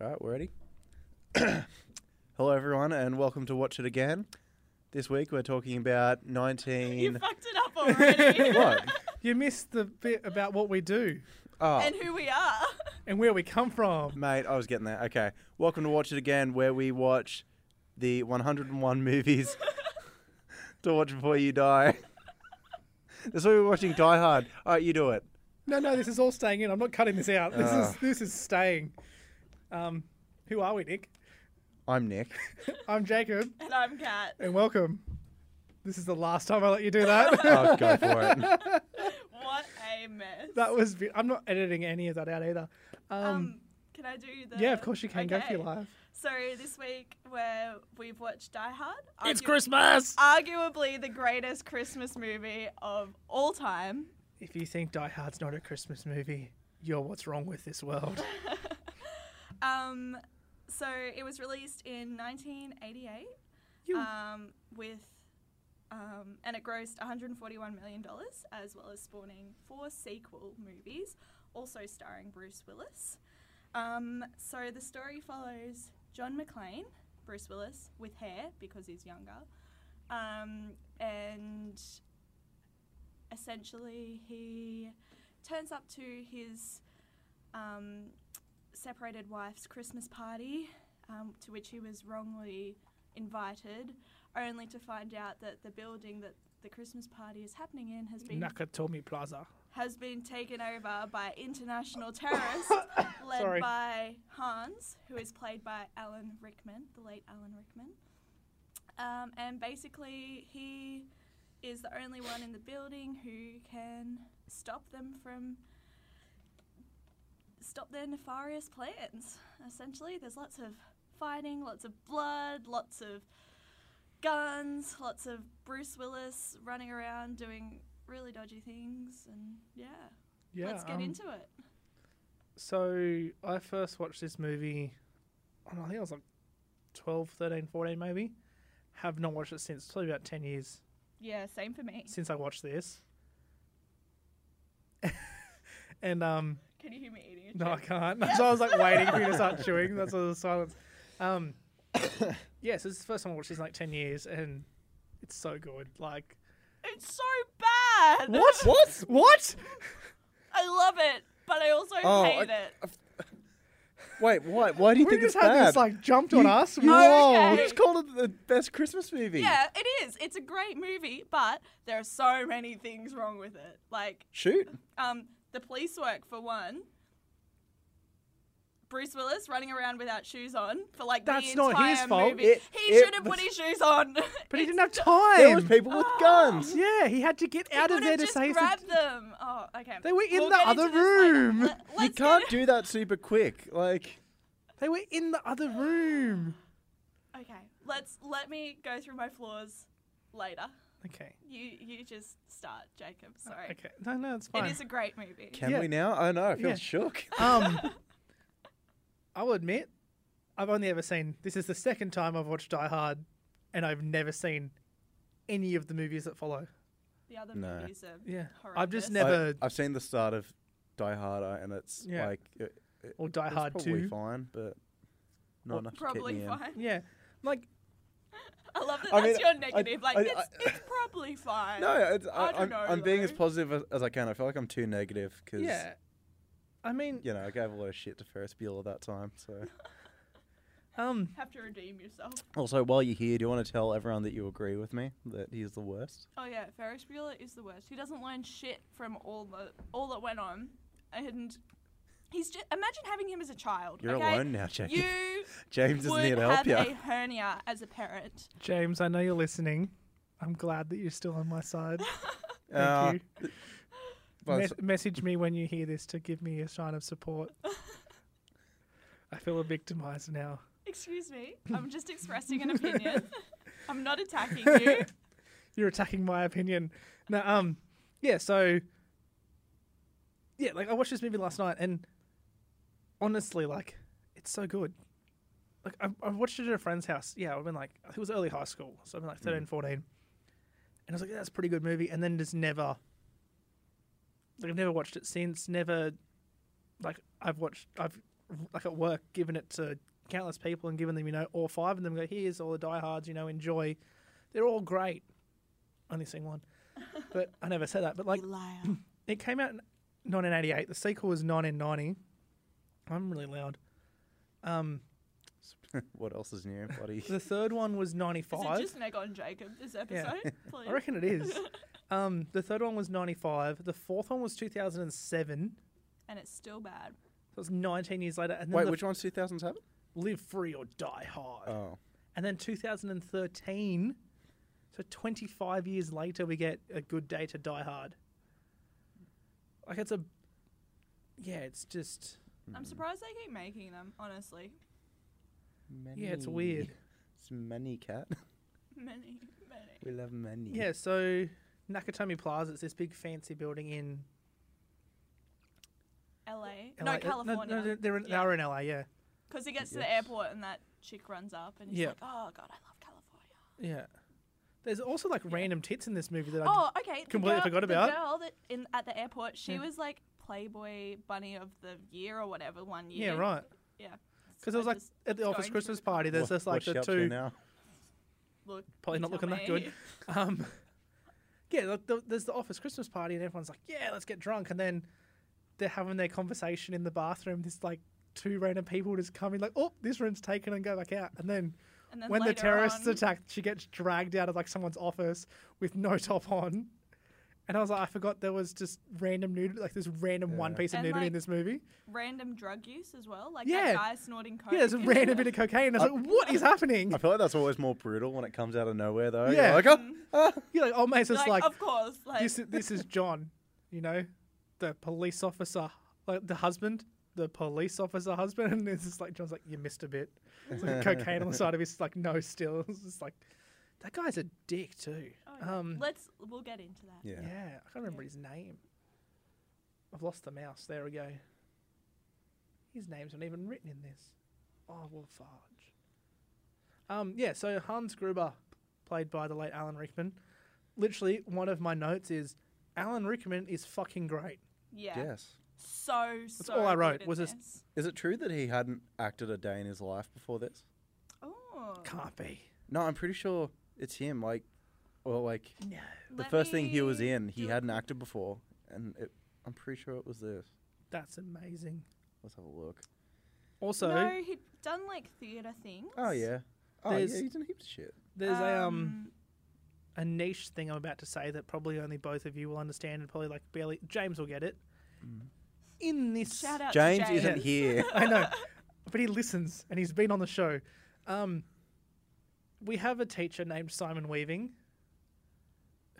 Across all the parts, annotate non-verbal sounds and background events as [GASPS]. All right, we're ready. [COUGHS] Hello, everyone, and welcome to Watch It Again. This week we're talking about [LAUGHS] You 19. fucked it [LAUGHS] up already. what? You missed the bit about what we do Oh, and who we are. [LAUGHS] and where we come from. mate, I was getting there. Okay. Welcome to Watch It Again, where we watch the 101 [LAUGHS] movies to watch before you die. [LAUGHS] That's why we're watching Die Hard. All right, you do it. No, no, this is all staying in. I'm not cutting this out. This Ah. is this is staying. Um, who are we, Nick? I'm [LAUGHS] Nick. I'm Jacob, And I'm Kat. and welcome. This is the last time I let you do [LAUGHS] that. Oh, go for [LAUGHS] it. What a mess. that was. vi- I'm not editing any of that out either. Um, um, can I do the. yeah, of course you can go for your Okay. life. So this week, where we've watched Die Hard. It's argu- Christmas! Arguably the greatest Christmas movie of all time. If you think Die Hard's not a Christmas movie, you're what's wrong with this world. Um, so it was released in 1988 You- um, with. Um, and it grossed $141 million, as well as spawning four sequel movies, also starring Bruce Willis. Um, so the story follows John McClane, Bruce Willis, with hair because he's younger. Um, and essentially, he turns up to his um, separated wife's Christmas party, um, to which he was wrongly invited, only to find out that the building that the Christmas party is happening in has been Nakatomi Plaza. has been taken over by international terrorists led Sorry. by Hans, who is played by Alan Rickman, the late Alan Rickman. Um, and basically, he is the only one in the building who can stop them from stop their nefarious plans. Essentially, there's lots of fighting, lots of blood, lots of guns, lots of Bruce Willis running around doing really dodgy things, and yeah, Yeah. let's get um, into it. So I first watched this movie, I don't know, I think I was like 12, 13, 14 maybe. Have not watched it since. It's probably about 10 years Yeah, same for me. since I watched this. [LAUGHS] and, um, Can you hear me eating? A no, I chip? can't. [LAUGHS] So I was like waiting for you to [LAUGHS] start chewing. That's all the silence. Um, [COUGHS] yeah, so this is the first time I watched this in like 10 years and it's so good. Like, It's so bad. what? [LAUGHS] What? What? [LAUGHS] I love it, but I also Oh, hate I- it. Wait, why? Why do you We think just it's had bad? this like jumped on us. [LAUGHS] You, Okay. you just called it the best Christmas movie. yeah, it is. It's a great movie, but there are so many things wrong with it. Like, Shoot. um, the police work for one. Bruce Willis running around without shoes on for like That's the not entire his fault. movie. It- he it should have was- put his shoes on. But [LAUGHS] he It's didn't have just- time. There was people with Ah. Oh. guns. Yeah, he had to get out of could've there to just save grab the. them. Oh, okay. They were in We'll the get other into this later. room. Let- You let's get can't it- do that super quick. Like, They were in the other room. Okay, let's let me go through my flaws later. [GASPS] Okay. You you just start, Jacob. Sorry. Okay. No, no, it's It fine. is a great movie. can Yeah. we now? I know. I feel Yeah. shook. [LAUGHS] um, I'll admit, I've only ever seen. This is the second time I've watched Die Hard, and I've never seen any of the movies that follow. The other No. movies are Yeah. horrendous. I've just I, never- Never- have seen the start of Die Harder, and it's Yeah. like it, Or Die it's Hard probably Two. fine, but not Well, enough to Probably keep me fine. Yeah. Like I love that I that's mean, your I- negative. like I- it's, I- it's probably fine. in. No, it's, I I, don't am know, I'm being as though. positive as, as I can. I feel like I'm too negative because yeah. I mean, you know I gave a lot of shit to Ferris Bueller that time. So [LAUGHS] um, Have to redeem yourself. also, while you're here, do you want to tell everyone that you agree with me that he's the worst? Oh yeah, Ferris Bueller is the worst. He doesn't learn shit from all the all that went on, and he's just imagine having him as a child. You're okay? alone now, Jacob. You [LAUGHS] James isn't here would to help have you. [LAUGHS] a hernia as a parent. James, I know you're listening. I'm glad that you're still on my [LAUGHS] side. Thank Uh, you. Well, Mes- message me when you hear this to give me a sign of [LAUGHS] support. I feel victimized now. Excuse me, I'm just expressing [LAUGHS] an opinion. I'm not attacking [LAUGHS] you. You're attacking my opinion. No, um, yeah. So, yeah, like I watched this movie last night, and honestly, like it's so good. Like I, I watched it at a friend's house. Yeah, I've been like it was early high school, so I've been like 13, 14. and I was like, yeah, that's a pretty good movie. And then just never, like I've never watched it since. Never, like I've watched, I've like at work, giving it to countless people and giving them, you know, all five of them. Go, here's all the diehards, you know, enjoy. They're all great. Only seen one, but I never said that. But like, you [LAUGHS] liar. it came out in 1988. The sequel was 1990. I'm really loud. Um, [LAUGHS] What else is new, [LAUGHS] buddy? the third one was Is 95. it just Nick on Jacob this episode? Please. [LAUGHS] I reckon it is. [LAUGHS] Um, the third one was 95. The fourth one was 2007. And it's still bad. So it's 19 years later. And then Wait, the which one's 2007? Live Free or Die Hard. Oh, And then 2013. So 25 years later, we get A Good Day to Die Hard. Like, it's a. Yeah, it's just. I'm surprised they keep making them, honestly. Yeah, it's weird. [LAUGHS] It's money, cat. [LAUGHS] Many, many. We love money. Yeah, so Nakatomi Plaza, it's this big fancy building in LA. LA. No, California. uh, No, they're, they're in, Yeah. they were in LA, yeah. Because he gets to the Yes. airport and that chick runs up and he's Yeah. like, oh, God, I love California. Yeah. There's also like random tits in this movie that I Oh, okay. the completely girl- forgot the about. girl that in, at the airport, she Yeah. was like Playboy Bunny of the Year or whatever one Yeah, year. right. Yeah. Because it was like just at the it's office going Christmas through. party, there's What- just like what's she the up to two. now. look, Probably you not tell looking that good. me. [LAUGHS] Um, yeah, like the, there's the office Christmas party, and everyone's like, "Yeah, let's get drunk," and then they're having their conversation in the bathroom. This like two random people just come in, like, "Oh, this room's taken," and go back out. And then [LAUGHS] And then when the later terrorists on, attack, she gets dragged out of like someone's office with no [LAUGHS] top on. And I was like, I forgot there was just random nudity, like this random one Yeah. piece of And, nudity like, in this movie. random drug use as well. Like Yeah. that guy snorting coke. Yeah, there's a random bit of cocaine. I was I- like, what is happening? I feel like that's always more brutal when it comes out of nowhere, though. Yeah. Yeah. You're like, oh, Mm. ah. [LAUGHS] You're like, oh, mate, it's just like, like, of course, like this, is- this is John, you know, the police officer, like the husband, the police officer husband. [LAUGHS] And it's just like, John's like, you missed a bit. [LAUGHS] It's like cocaine on the side of his, like, no still. [LAUGHS] It's just like, that guy's a dick, too. oh, yeah. Um, let's we'll get into that. Yeah. yeah. I can't remember his name. I've lost the mouse. There we go. His name's not even written in this. Oh, well, fudge. Um, yeah, so Hans Gruber, played by the late Alan Rickman. Literally, one of my notes is Alan Rickman is fucking great. Yeah. Yes. So so all I good wrote in was just- this. Is it true that he hadn't acted a day in his life before this? Oh. Can't be. No, I'm pretty sure it's him. Like, well, like No. the let first thing he was me in, he do- hadn't acted before, and it, I'm pretty sure it was this. That's amazing. Let's have a look. Also, no, he'd done like theatre things. Oh yeah. Oh There's- yeah, he's in heaps of shit. there's a, um, a niche thing I'm about to say that probably only both of you will understand and probably, like, barely. James will get it. Mm. In this. shout out to James, James isn't [LAUGHS] here. I know, but he listens and he's been on the show. Um, we have a teacher named Simon Weaving,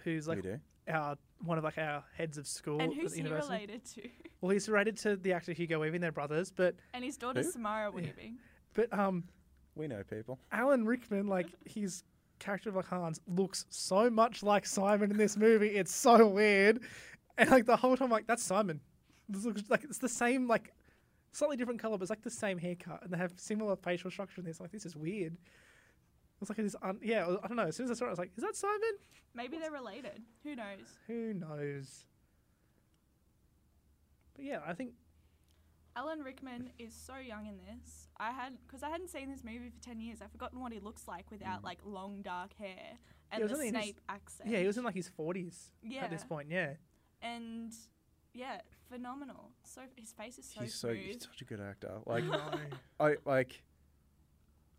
who's we like do. our one of like our heads of school And at who's the he university. related to? [LAUGHS] Well, he's related to the actor Hugo Weaving, they're brothers, but And his daughter Who? Samara Weaving. but um, We know people. Alan Rickman, like his character of like Hans, looks so much like Simon in this movie. It's so weird, and like the whole time, like that's Simon. This looks like it's the same, like slightly different color, but it's like the same haircut, and they have similar facial structure in this. Like this is weird. It's like this, un- yeah. I don't know. As soon as I saw it, I was like, "Is that Simon?" Maybe they're related. Who knows? Who knows? But yeah, I think Alan Rickman is so young in this. I had because I hadn't seen this movie for ten years. I've forgotten what he looks like without like long dark hair and Mm. was the only in his- Snape accent. yeah, he was in like his forties at this Yeah. point. Yeah, and yeah, phenomenal. So his face is so he's so smooth. he's such a good actor. Like No. I like.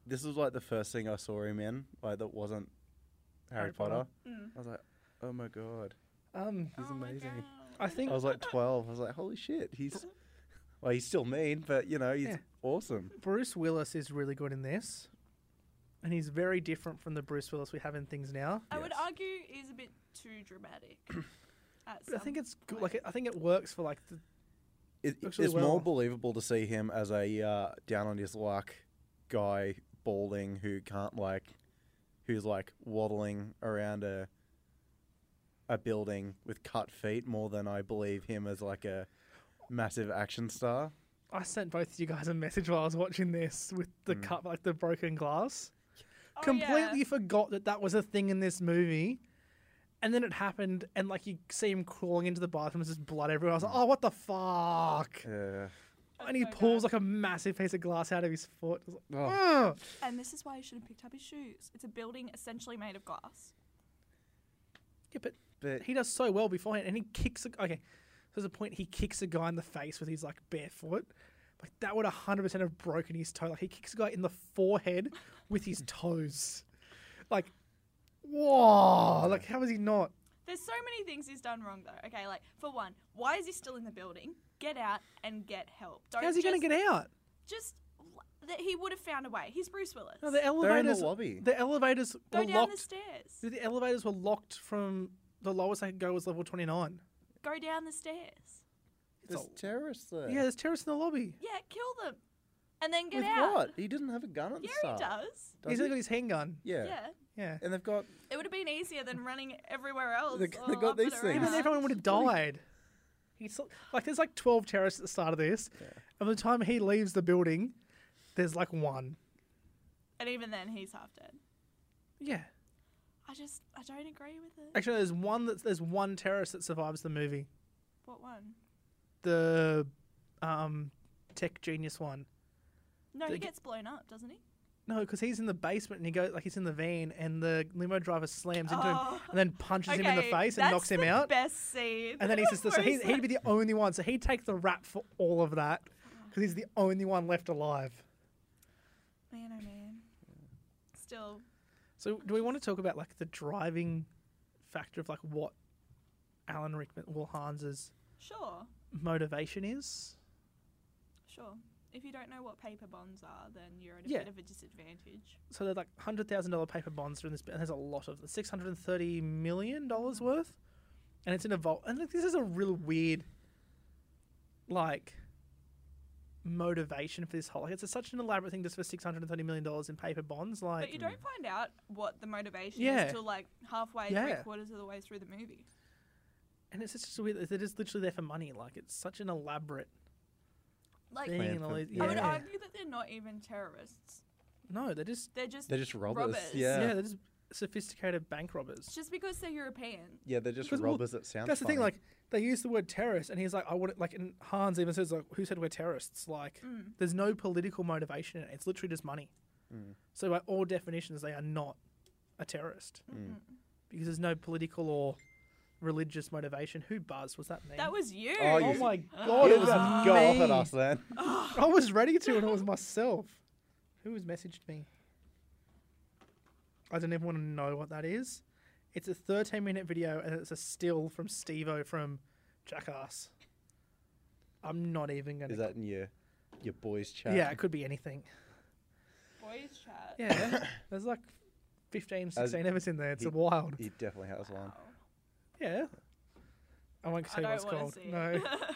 This was like the first thing I saw him in. Like that wasn't Harry, Harry Potter. Potter. Mm. I was like, oh my god, [LAUGHS] um, he's Oh my amazing. God. I think I was [LAUGHS] like 12. I was like, holy shit, he's. Well, he's still mean, but you know, he's Yeah. awesome. Bruce Willis is really good in this, and he's very different from the Bruce Willis we have in things now. I would Yes. argue is a bit too [COUGHS] dramatic. at But I some think it's good. point. Like I think it works for like the, It, Actually, it's well- more believable to see him as a uh, down on his luck guy, balding, who can't like, who's like waddling around a a building with cut feet, more than I believe him as like a massive action star. I sent both you guys a message while I was watching this with the cut like the broken glass. Oh, Completely yeah. forgot that that was a thing in this movie. And then it happened, and like you see him crawling into the bathroom, there's just blood everywhere. I was like, "Oh, what the fuck!" Uh, That's and he so good. pulls like a massive piece of glass out of his foot. It's like, Oh, "Ugh." And this is why you should have picked up his shoes. It's a building essentially made of glass. Yeah, but But he does so well beforehand, and he kicks. A, okay, so there's a point he kicks a guy in the face with his like bare foot. Like that would 100 percent have broken his toe. Like he kicks a guy in the forehead [LAUGHS] with his toes. Like, whoa! Like how is he not? There's so many things he's done wrong though. Okay, like for one, why is he still in the building? Get out and get help. Don't How's he going to get out? Just that he would have found a way. He's Bruce Willis. No, the they're in the elevators. lobby. The elevators Go were down the locked. stairs. The, elevators were locked from the lowest I could go was level 29. Go down the stairs. It's There's a- terrorists there. yeah, there's terrorists in the lobby. Yeah, kill them, and then get With out. what? He doesn't have a gun at the Yeah, start. he does. does He's he? got his handgun. Yeah. Yeah. Yeah. And they've got it would have been easier than running everywhere else. They- they all got up these and things. Even around. Yeah. everyone would have died. He's so- like, there's like 12 terrorists at the start of this, and by the time he leaves the building, there's like one. and even then, he's half dead. Yeah. I just, I don't agree with it. Actually, there's one that's there's one terrorist that survives the movie. What one? The um, tech genius one. No, he They get- gets blown up, doesn't he? No, because he's in the basement and he goes like he's in the van and the limo driver slams into [GASPS] him Oh. and then punches him in the Okay, face and that's knocks him the out. Best scene. And then he's [LAUGHS] just so Where he, he's he'd be the only one. So he'd take the rap for all of that because he's the only one left alive. like, man, oh man. Still, So do we want to talk about like the driving factor of like what Alan Rickman, Will Hans's sure, motivation is? sure. If you don't know what paper bonds are, then you're at a Yeah. bit of a disadvantage. So they're like hundred thousand dollar paper bonds are in this, and there's a lot of them, six hundred and thirty million dollars worth, and it's in a vault. And like, this is a real weird, like, motivation for this whole. Like, it's a, such an elaborate thing just for six hundred and thirty million dollars in paper bonds. Like, But you don't find out what the motivation Yeah. is till like halfway, three Yeah. quarters of the way through the movie. and it's just weird. They're just literally there for money. Like, it's such an elaborate Like, thing. Plan and for- all these- yeah. I would yeah. argue that they're not even terrorists. No, they're just They're just they're just robbers. Robbers. Yeah. yeah, yeah. they're just sophisticated bank robbers. it's just because they're European. they're just Because, well, robbers that sound That's the thing. funny. Like they use the word terrorist, and he's like, I would like, and Hans even says like, who said we're terrorists? Like, there's no political motivation in it. It's literally just money. Mm. So by all definitions, they are not a terrorist Mm. because there's no political or religious motivation. Who buzzed? Was that me? That was you. Oh, Oh you- my god! You It was just go off at me. us then. I was ready to, and it was myself. Who has messaged me? I don't even want to know what that is. It's a 13 minute video, and it's a still from Stevo from Jackass. I'm not even going to. Is that in your your boys chat? Yeah, it could be anything. Boys chat. [COUGHS] Yeah, there's like 15, 16 of us in there. It's he- wild. He definitely has one. Wow. Yeah. I won't I tell you what it's don't wanna called. see it. [LAUGHS] No.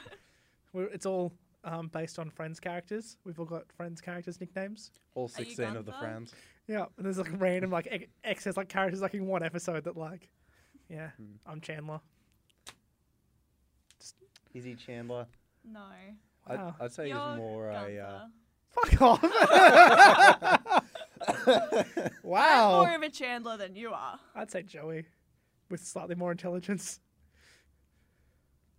We're, it's all um, based on Friends characters. We've all got Friends characters' nicknames. All you sixteen of the Gunther? friends. Yeah, and there's like random like ex- excess like characters like in one episode that like, yeah, Hmm. I'm Chandler. Is he Chandler? No. Wow. I'd, I'd say You're he's more a. Gunther. Uh, Fuck off! [LAUGHS] I'm wow, more of a Chandler than you are. I'd say Joey, with slightly more intelligence.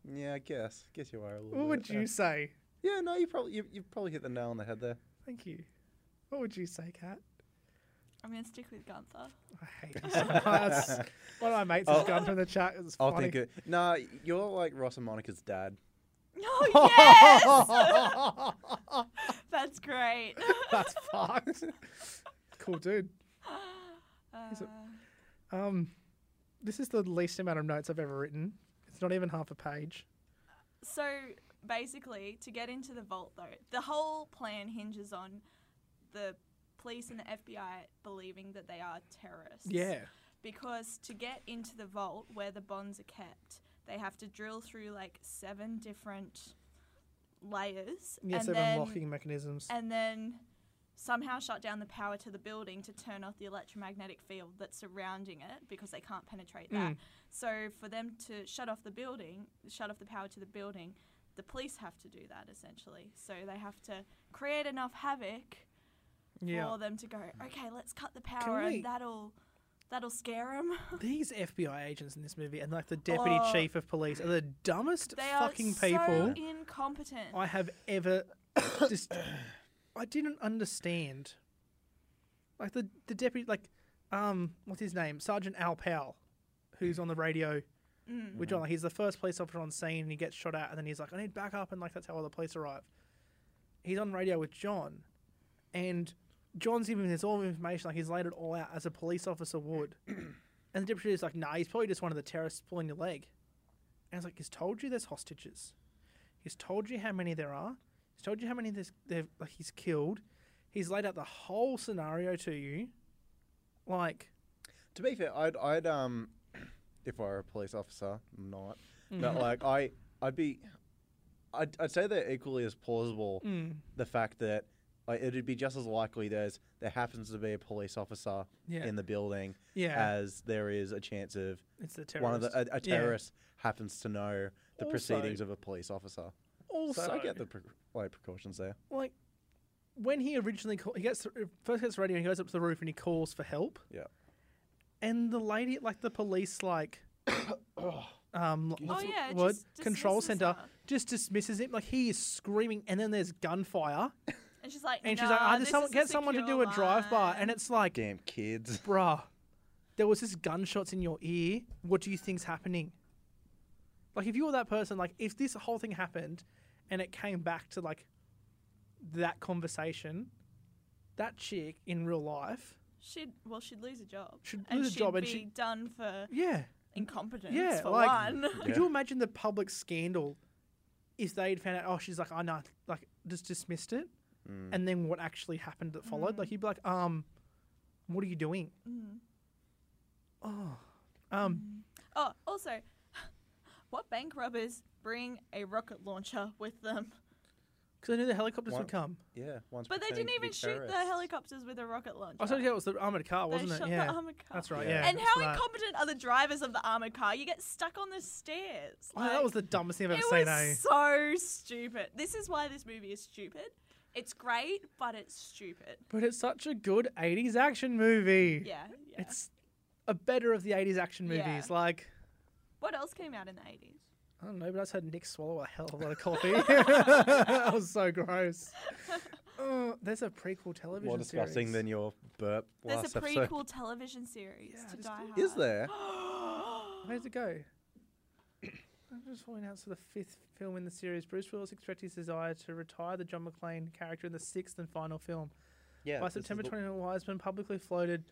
yeah, I guess. Guess you are a little. What would bit, uh, you say? Yeah, no, you probably you, you probably hit the nail on the head there. Thank you. What would you say, Kat? I'm gonna stick with Gunther. I hate [LAUGHS] you so much. One of my mates has I'll- gone from the chat. It's I'll funny. think it. Nah, you're like Ross and Monica's dad. Oh yes, [LAUGHS] that's great. [LAUGHS] That's fucked. cool, dude. [LAUGHS] Uh, Um, this is the least amount of notes I've ever written. It's not even half a page. so basically, to get into the vault, though, the whole plan hinges on the police and the FBI believing that they are terrorists. Because to get into the vault where the bonds are kept, they have to drill through like seven different layers. Yeah, and seven then- locking mechanisms. and then somehow shut down the power to the building to turn off the electromagnetic field that's surrounding it because they can't penetrate Mm. that. So for them to shut off the building, shut off the power to the building, the police have to do that essentially. So they have to create enough havoc yeah. for them to go, okay, let's cut the power we- and that'll that'll scare them. These FBI agents in this movie and like the deputy Oh. chief of police are the dumbest they fucking are so people incompetent. I have ever [COUGHS] just I didn't understand. Like the the deputy, like um, what's his name, Sergeant Al Powell, who's on the radio. Mm. With John, like, he's the first police officer on scene, and he gets shot at, and then he's like, "I need backup," and like that's how all the police arrive. He's on radio with John, and John's giving him this all information, like he's laid it all out as a police officer would. and the deputy is like, "Nah, he's probably just one of the terrorists pulling your leg." And it's like he's told you there's hostages. He's told you how many there are. He's told you how many there's, they've like he's killed. He's laid out the whole scenario to you. Like, To be fair, I'd, I'd um, [CLEARS THROAT] if I were a police officer, I'm not, Mm-hmm. mm. but like I, I'd be, I'd, I'd say they're equally as plausible. mm, The fact that like, it'd be just as likely there's there happens to be a police officer Yeah. in the building yeah, as there is a chance of it's the terrorist. one of the a, a Yeah. terrorist happens to know the Also- proceedings of a police officer. Also, so I get the pre- like precautions there. like when he originally call, he gets first gets radio and he goes up to the roof and he calls for help. Yeah. And the lady, like the [COUGHS] police, like um, Oh, yeah, word just control dismisses center her. just dismisses him. Like he is screaming, and then there's gunfire, And she's like, and she's like, "Nah, "Ah, this there's someone, is get someone to do secure a drive by," and line." it's like, Damn kids. [LAUGHS] bruh, there was this gunshots in your ear. What do you think's happening? Like, if you were that person, like, if this whole thing happened and it came back to like that conversation, that chick in real life, she'd well, she'd lose a job. She'd and lose a she'd job be and she- done for yeah. incompetence. Yeah, for like- one. [LAUGHS] Yeah. Could you imagine the public scandal if they'd found out? Oh, she's like, oh no, like just dismissed it, Mm. and then what actually happened that followed? Mm. Like, you'd be like, um, what are you doing? Oh, um, Oh, also, [LAUGHS] what bank robbers bring a rocket launcher with them? because I knew the helicopters One- would come. Yeah, once But they didn't pretending to be even shoot the terrorists. helicopters with a rocket launcher. I thought Oh, yeah, it was the armored car, They wasn't it? shot yeah, the armored car. that's right. Yeah. Yeah. and how that's right. incompetent are the drivers of the armored car? You get stuck on the stairs. Oh, that Like, was the dumbest thing I've ever it seen. was Eh? so stupid. This is why this movie is stupid. It's great, but it's stupid. [LAUGHS] But it's such a good '80s action movie. Yeah, yeah. It's a better of the '80s action movies. Yeah. Like what else came out in the eighties? I don't know, but I just heard Nick swallow a hell of a lot of coffee. [LAUGHS] that was so gross. Oh, there's a prequel television More disgusting series. than your burp There's last a prequel episode. television series Yeah, to just Die [LAUGHS] Hard. Is [GASPS] there? [GASPS] Where's it go? [CLEARS THROAT] I'm just falling out for the fifth film in the series. Bruce Willis expressed his desire to retire the John McClane character in the sixth and final film. Yeah. By this is September the- 29, Wiseman publicly floated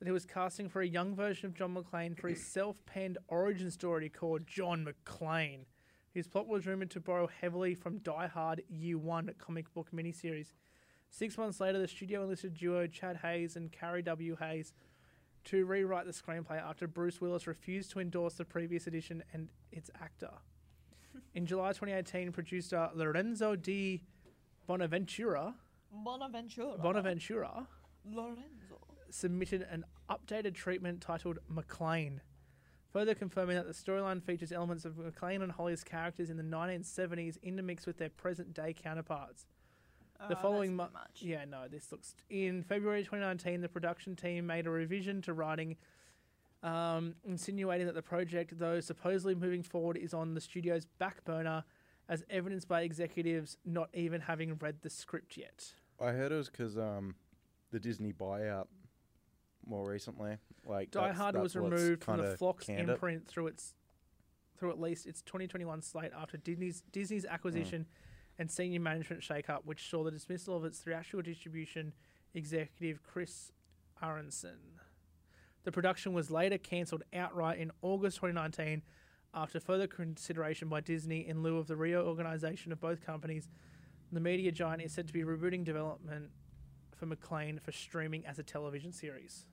that he was casting for a young version of John McClane [CLEARS THROAT] for his self-penned origin story called John McClane. His plot was rumored to borrow heavily from Die Hard Year One comic book miniseries. Six months later, the studio enlisted duo Chad Hayes and Carrie W. Hayes to rewrite the screenplay after Bruce Willis refused to endorse the previous edition and its [LAUGHS] actor. In July 2018, producer Lorenzo D. Bonaventura Bonaventura. Bonaventura Lorenzo. submitted an updated treatment titled McLean, further confirming that the storyline features elements of McLean and Holly's characters in the 1970s intermixed with their present day counterparts. Oh, The that's following a bit month, much. yeah, no, this looks. In February 2019, the production team made a revision to writing, um, insinuating that the project, though supposedly moving forward, is on the studio's back burner, as evidenced by executives not even having read the script yet. I heard it was because um, the Disney buyout more recently. Like Die that's- Hard that's was what's removed from the kinda Fox canned it. imprint through its through at least its 2021 slate after Disney's Disney's Mm. acquisition and senior management shakeup, which saw the dismissal of its theatrical distribution executive Chris Aronson. The production was later cancelled outright in August 2019 after further consideration by Disney in lieu of the reorganisation of both companies. The media giant is said to be rebooting development for McLean for streaming as a television series.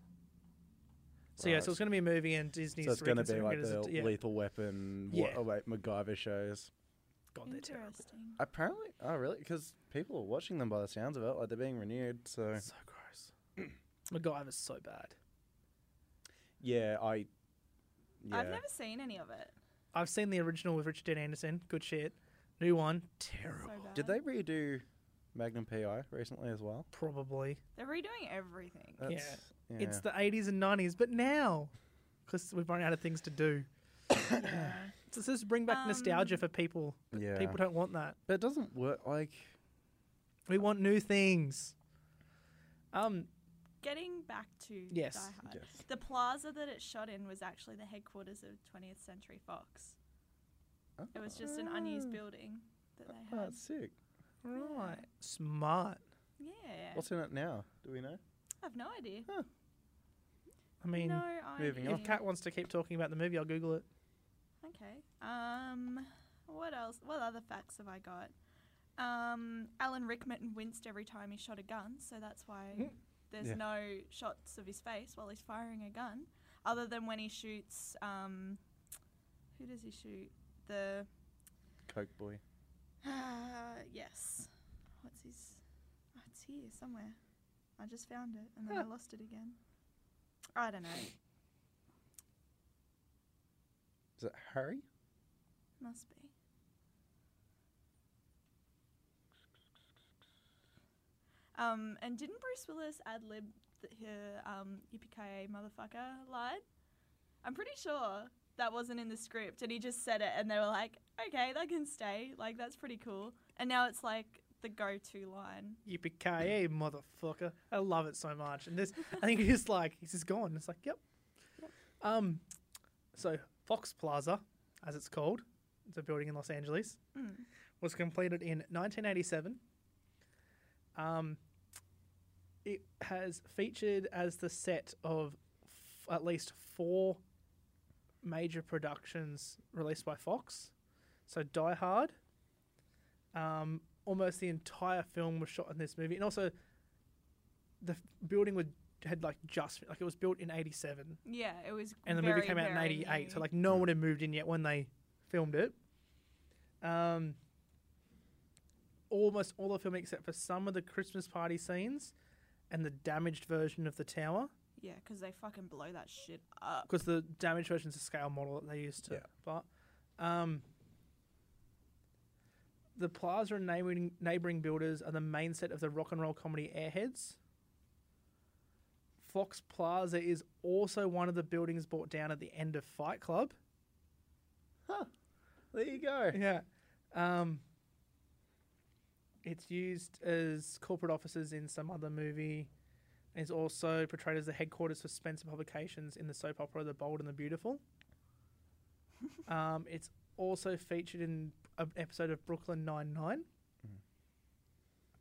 So yeah, Right. so it's going to be a movie and Disney's So it's going to be reconsidering like it as a- the yeah. Lethal Weapon, Yeah. what, oh wait, MacGyver shows. God, they're terrible. Interesting. Apparently, oh really? Because people are watching them by the sounds of it. Like they're being renewed. So So gross. MacGyver's so bad. yeah, I. Yeah. I've never seen any of it. I've seen the original with Richard Dean Anderson. Good shit. New one, So terrible. bad. Did they redo Magnum PI recently as well? Probably. They're redoing everything. That's, yeah. It's the 80s and 90s, but now, because we've run out of things to do. Yeah. It's just bring back nostalgia for people. yeah. People don't want that. But it doesn't work like We want new things. Um, Getting back to Yes. Die Hard. Yes. The plaza that it shot in was actually the headquarters of 20th Century Fox. It was just an unused building that they Oh, had. that's sick. right. Smart. Yeah. What's in it now? Do we know? I have no idea. I mean, no idea. moving if Kat wants to keep talking about the movie, I'll Google it. Okay. Um, what else? What other facts have I got? Um, Alan Rickman winced every time he shot a gun, so that's why there's Yeah. no shots of his face while he's firing a gun, other than when he shoots. Um, who does he shoot? The [SIGHS] Coke boy. uh, yes. What's his? Oh, it's here somewhere. I just found it and then I lost it again. I don't know. Is it Harry? Must be. Um, and didn't Bruce Willis ad lib that her um, yippee motherfucker line? I'm pretty sure that wasn't in the script, and he just said it, and they were like, "Okay, that can stay. Like, that's pretty cool." And now it's like the go-to line. Yippee ki motherfucker! I love it so much. And this, I think he's like, he's just gone. It's like, yep. Um, so Fox Plaza, as it's called, it's a building in Los Angeles, Mm. was completed in 1987. Um, it has featured as the set of f- at least four major productions released by Fox. So Die Hard. Um, almost the entire film was shot in this movie, and also the f- building was had like just like it was built in '87, Yeah, it was. and the very, movie came out in very '88. new. So like no one had moved in yet when they filmed it. Um, almost all the film except for some of the Christmas party scenes and the damaged version of the tower yeah, because they fucking blow that shit up. because the damage version's a scale model that they used to. Yeah. But um, the plaza and neighboring, neighboring builders are the main set of the rock and roll comedy Airheads. Fox Plaza is also one of the buildings brought down at the end of Fight Club. There you go. [LAUGHS] Yeah. Um, it's used as corporate offices in some other movie. And It's also portrayed as the headquarters for Spencer Publications in the soap opera The Bold and the Beautiful. um, it's also featured in an episode of Brooklyn Nine Nine.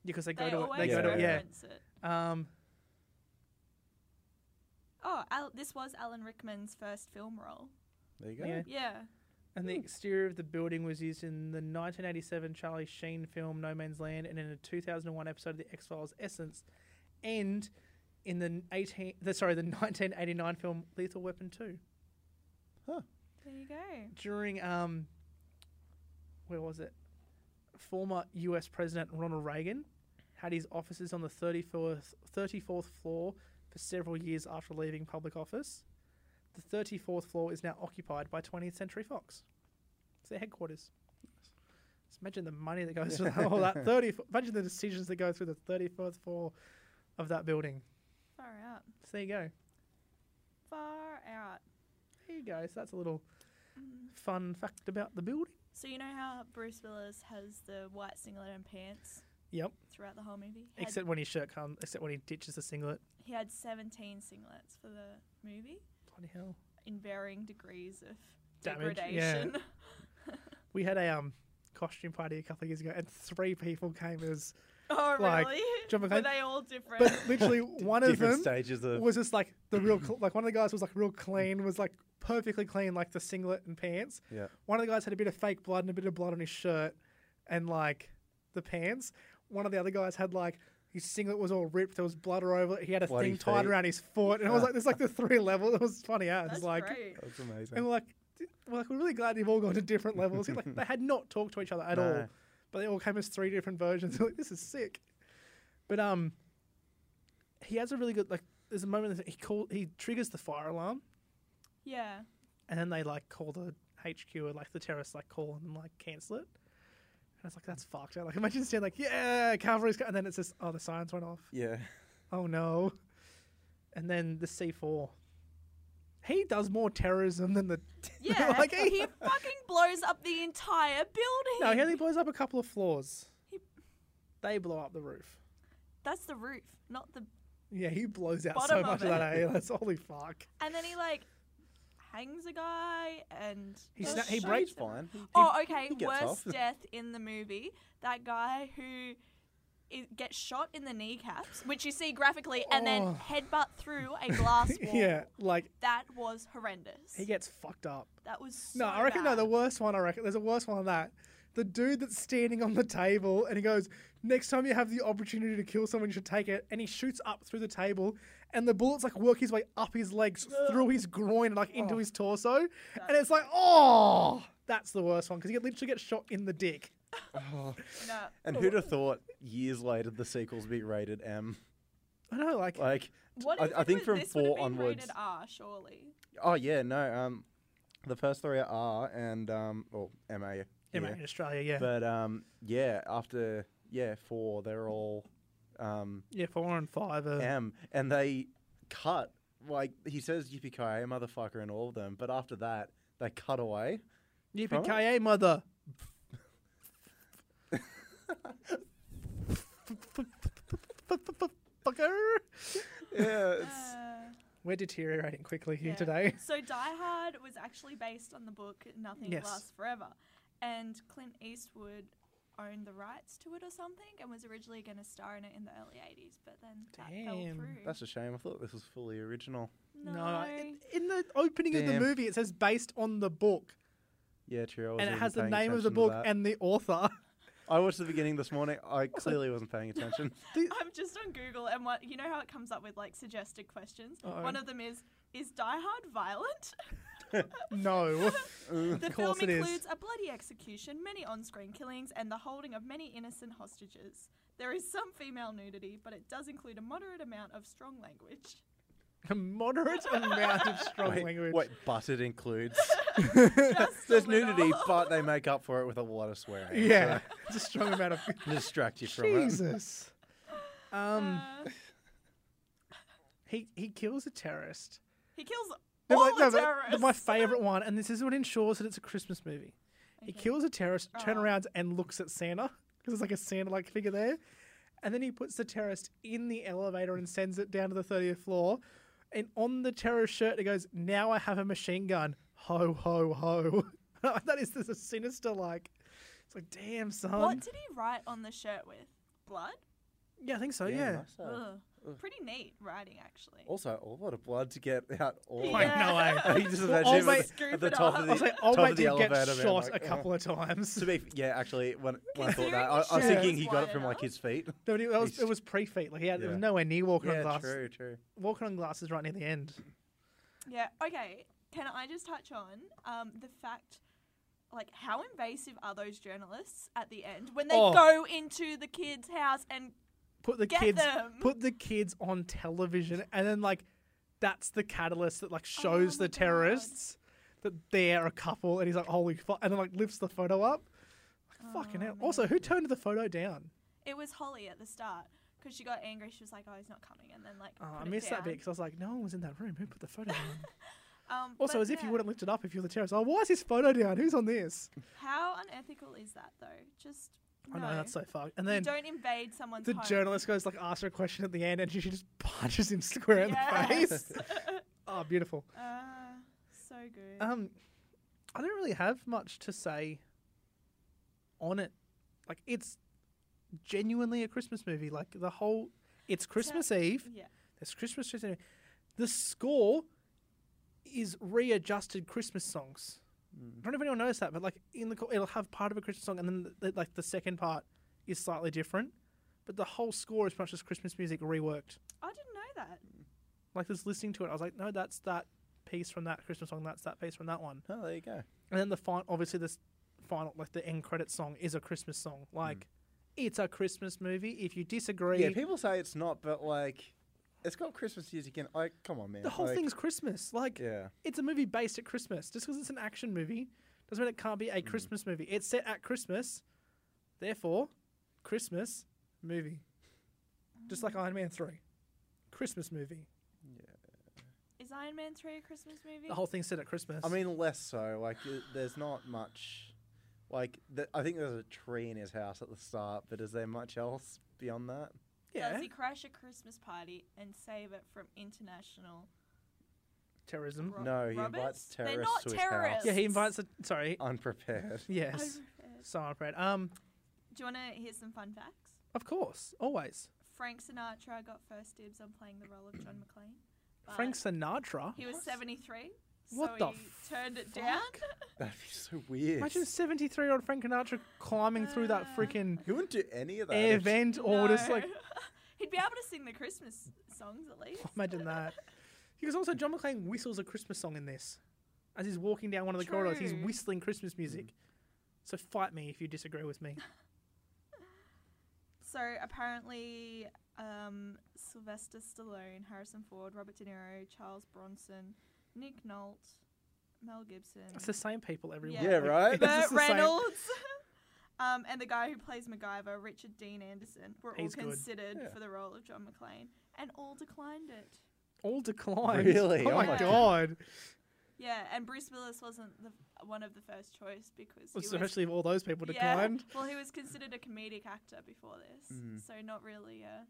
Because they go They to it, always they go to yeah. reference it. Um, Oh, Al- this was Alan Rickman's first film role. There you go. Yeah. Yeah. and the exterior of the building was used in the 1987 Charlie Sheen film No Man's Land, and in a 2001 episode of The X Files Essence, and in the 18 the, sorry the [LAUGHS] 1989 film Lethal Weapon 2. There you go. during um where was it former US president Ronald Reagan had his offices on the 34th 34th floor for several years after leaving public office the 34th floor is now occupied by 20th Century Fox it's their headquarters just imagine the money that goes through all that 30 imagine the decisions that go through the 34th floor of that building Far out. so there you go Far out. there you go so that's a little fun fact about the building So you know how Bruce Willis has the white singlet and pants yep throughout the whole movie? He had- Except when his shirt comes, except when he ditches the singlet. he had 17 singlets for the movie Bloody hell. in varying degrees of Damage, yeah. degradation. [LAUGHS] We had a um costume party a couple of years ago, and three people came as, oh, Like, really? John Were McClane- they all different? but [LAUGHS] literally one of Different them stages of. was just like [CLEARS THROAT] the real, cl- like one of the guys was like real clean, was like perfectly clean, like the singlet and pants. yeah. One of the guys had a bit of fake blood and a bit of blood on his shirt, and like the pants. One of the other guys had like. His singlet was all ripped. There was blood all over it. He had a Bloody thing tied feet. around his foot, and I was like, "There's like the three levels." It was funny. Out. [LAUGHS] That's It's like, uh, great. That's amazing. And we're like, "D- we're like, we're really glad you've all gone to different levels. Like they had not talked to each other at all, No. but they all came as three different versions. [LAUGHS] like this is sick. But um, he has a really good like. There's a moment that he call he triggers the fire alarm, [LAUGHS] Yeah. and then they like call the HQ or like the terrorists like call and like cancel it. And it's like that's fucked. Like imagine saying like yeah cavalry's co-, and then it's just oh the sirens went off yeah. oh no. And then the C4. He does more terrorism than the. [LAUGHS] Yeah. like, he, he, fucking blows up the entire building. no, he only blows up a couple of floors. He- They blow up the roof. That's the roof, not the. Yeah, he blows out Bottom so of much of, it. that alien. That's holy fuck. And then he like hangs a guy and. He just sna- he shoots breaks- him. fine. He- Oh, okay. he gets Worst [LAUGHS] off. death in the movie. That guy who i gets shot in the kneecaps, which you see graphically, and Oh. then headbutt through [LAUGHS] a glass wall. yeah, like That was horrendous. he gets fucked up. that was so No, I reckon no. bad. The worst one, I reckon. There's a worse one than that. The dude that's standing on the table and he goes, "Next time you have the opportunity to kill someone, you should take it." And he shoots up through the table, and the bullets like work his way up his legs, through his groin, and like Oh. into his torso. And it's like, oh, that's the worst one because he literally gets shot in the dick. Oh, No. [LAUGHS] And who'd have thought years later the sequels be rated M? I know, like, Like, What I- if I it think was- from this would four have been onwards- Rated R, surely. oh yeah, no. Um, the first three are R and um, or MA. here. yeah, mate, in Australia, yeah, But um, yeah, after yeah four, they're all um yeah, four and five. Are, M, and they cut like he says yippee ki motherfucker in all of them. But after that, they cut away. Yippee-ki-yay, mother. Fucker. Yeah, [LAUGHS] Uh, We're deteriorating quickly here Yeah. today. So Die Hard was actually based on the book Nothing Yes. Lasts Forever, and Clint Eastwood owned the rights to it or something, and was originally going to star in it in the early '80s, but then that fell Damn. through. [LAUGHS] that's a shame. I thought this was fully original. no, in, in the opening of the Damn. movie, it says based on the book, Yeah, true. I and wasn't it even has the paying name of the attention to book that. and the author. [LAUGHS] I watched the beginning this morning. I clearly wasn't paying [LAUGHS] attention. I'm just on Google, and what you know how it comes up with like suggested questions. Uh-oh. One of them is. Is Die Hard violent? no, The of course film it is. includes a bloody execution, many on screen killings, and the holding of many innocent hostages. There is some female nudity, but it does include a moderate amount of strong [LAUGHS] language. [LAUGHS] a moderate amount of strong wait, language. wait, but it [LAUGHS] includes. [LAUGHS] Just a There's little. nudity, but they make up for it with a lot of swearing. Yeah, [LAUGHS] it's a strong amount of. so [LAUGHS] distract [LAUGHS] you from it. Jesus. Um, Uh, he he kills a terrorist. He kills No, all but- no, the but terrorists. my favorite one, and this is what ensures that it's a Christmas movie. He Okay. Oh. kills a terrorist, turns Aw. around and looks at Santa because there's like a Santa-like figure there, and then he puts the terrorist in the elevator and sends it down to the thirtieth floor. And on the terrorist shirt, it goes, "Now I have a machine gun." Ho ho ho! [LAUGHS] that is this is sinister like. It's like, damn son. What did he write on the shirt with? Blood? Yeah, I think so. Oh, Yeah. nice, uh, Ugh. Pretty neat writing, actually. Also, a lot of blood to get out. All Like, [LAUGHS] Yeah. no [LAUGHS] way. I can just Well, imagine I'll him at wait- the- at Scoop the it top of up. the, I was like, "Oh top wait, of the did get elevator. man, shot like, a oh. couple of times." To be, f- yeah, actually, when, when I thought Considering that, I, the I was shirt thinking is he got wide it from like enough. his feet. No, [LAUGHS] but it was, He's- it was pre feet. Like he had it was Yeah. nowhere near walking on Yeah, glass. true, true. Walking on glass is right near the end. Yeah, okay. Can I just touch on um, the fact, like, how invasive are those journalists at the end when they Oh. go into the kid's house and Put the Get kids, them. put the kids on television, and then like that's the catalyst that like shows Oh my the God. terrorists that they're a couple, and he's like, "Holy fuck!" and then like lifts the photo up. Oh, Like, fucking hell! Also, who turned the photo down? it was Holly at the start because she got angry. She was like, "Oh, he's not coming," and then like Oh, I put it missed that bit down. because I was like, "No one was in that room. Who put the photo down?" [LAUGHS] Um, also, but as if you yeah. wouldn't lift it up if you're the terrorist. Oh, why is his photo down? Who's on this? How unethical is that, though? Just I no. know that's so fucked. And you then don't invade someone's the home. journalist goes like asks her a question at the end, and she she just [LAUGHS] punches him square in the [LAUGHS] Yes. face. [LAUGHS] Oh, beautiful. Uh, so good. Um, I don't really have much to say on it. Like, it's genuinely a Christmas movie. Like, the whole. It's Christmas Eve. yeah. There's Christmas trees. everywhere. The score is readjusted Christmas songs. I don't know if anyone noticed that, but like in the co- it'll have part of a Christmas song, and then the, the- like the second part is slightly different. But the whole score is much as Christmas music reworked. I didn't know that. Like just listening to it, I was like, no, that's that piece from that Christmas song. That's that piece from that one. Oh, there you go. And then the final, obviously, this final, like the end credit song is a Christmas song. Like, it's a Christmas movie. If you disagree, Hmm. Yeah, people say it's not, but like, it's got Christmas music in. Like, come on, man. the whole like, thing's Christmas. Like, Yeah. it's a movie based at Christmas. Just because it's an action movie doesn't mean it can't be a Hmm. Christmas movie. It's set at Christmas, therefore, Christmas movie. Just like Iron Man 3. Christmas movie. Is Iron Man three a Christmas movie? The whole thing's set at Christmas. I mean, less so. Like, y- there's not much. Like, th I think there's a tree in his house at the start, but is there much else beyond that? Yeah. Does he crash a Christmas party and save it from international Terrorism. ro- Hmm? No, he robbers? invites They're terrorists not to his house. terrorists. Yeah, he invites a. Sorry. Oh. Unprepared. [LAUGHS] Yes. Overheard. So unprepared. Um, Do you want to hear some fun facts? of course, always. Frank Sinatra got first dibs on playing the role of John McClane. but Frank Sinatra. He was 73, so What the he turned it down. That'd be so weird. Imagine seventy-three-year-old Frank Sinatra climbing through that freaking He wouldn't do any of that. air if- vent or just Uh, No. like [LAUGHS] He'd be able to sing the Christmas songs at [LAUGHS] least. imagine that. Because also John McClane whistles a Christmas song in this, as he's walking down one of the corridors, he's True. whistling Christmas music. So fight me if you disagree with me. So apparently, um, Sylvester Stallone, Harrison Ford, Robert De Niro, Charles Bronson, Nick Nolte, Mel Gibson, It's the same people everywhere. Yeah, Like, right? [LAUGHS] it's Burt just the same- Reynolds, [LAUGHS] um, and the guy who plays MacGyver, Richard Dean Anderson, were He's all good. considered Yeah. for the role of John McClane, and all declined it. All declined. Really? Oh, Oh my my god. Yeah, and Bruce Willis wasn't the, one of the first choice because he was Especially if all those people Yeah, declined. Well, he was considered a comedic actor before this, Mm. so not really a.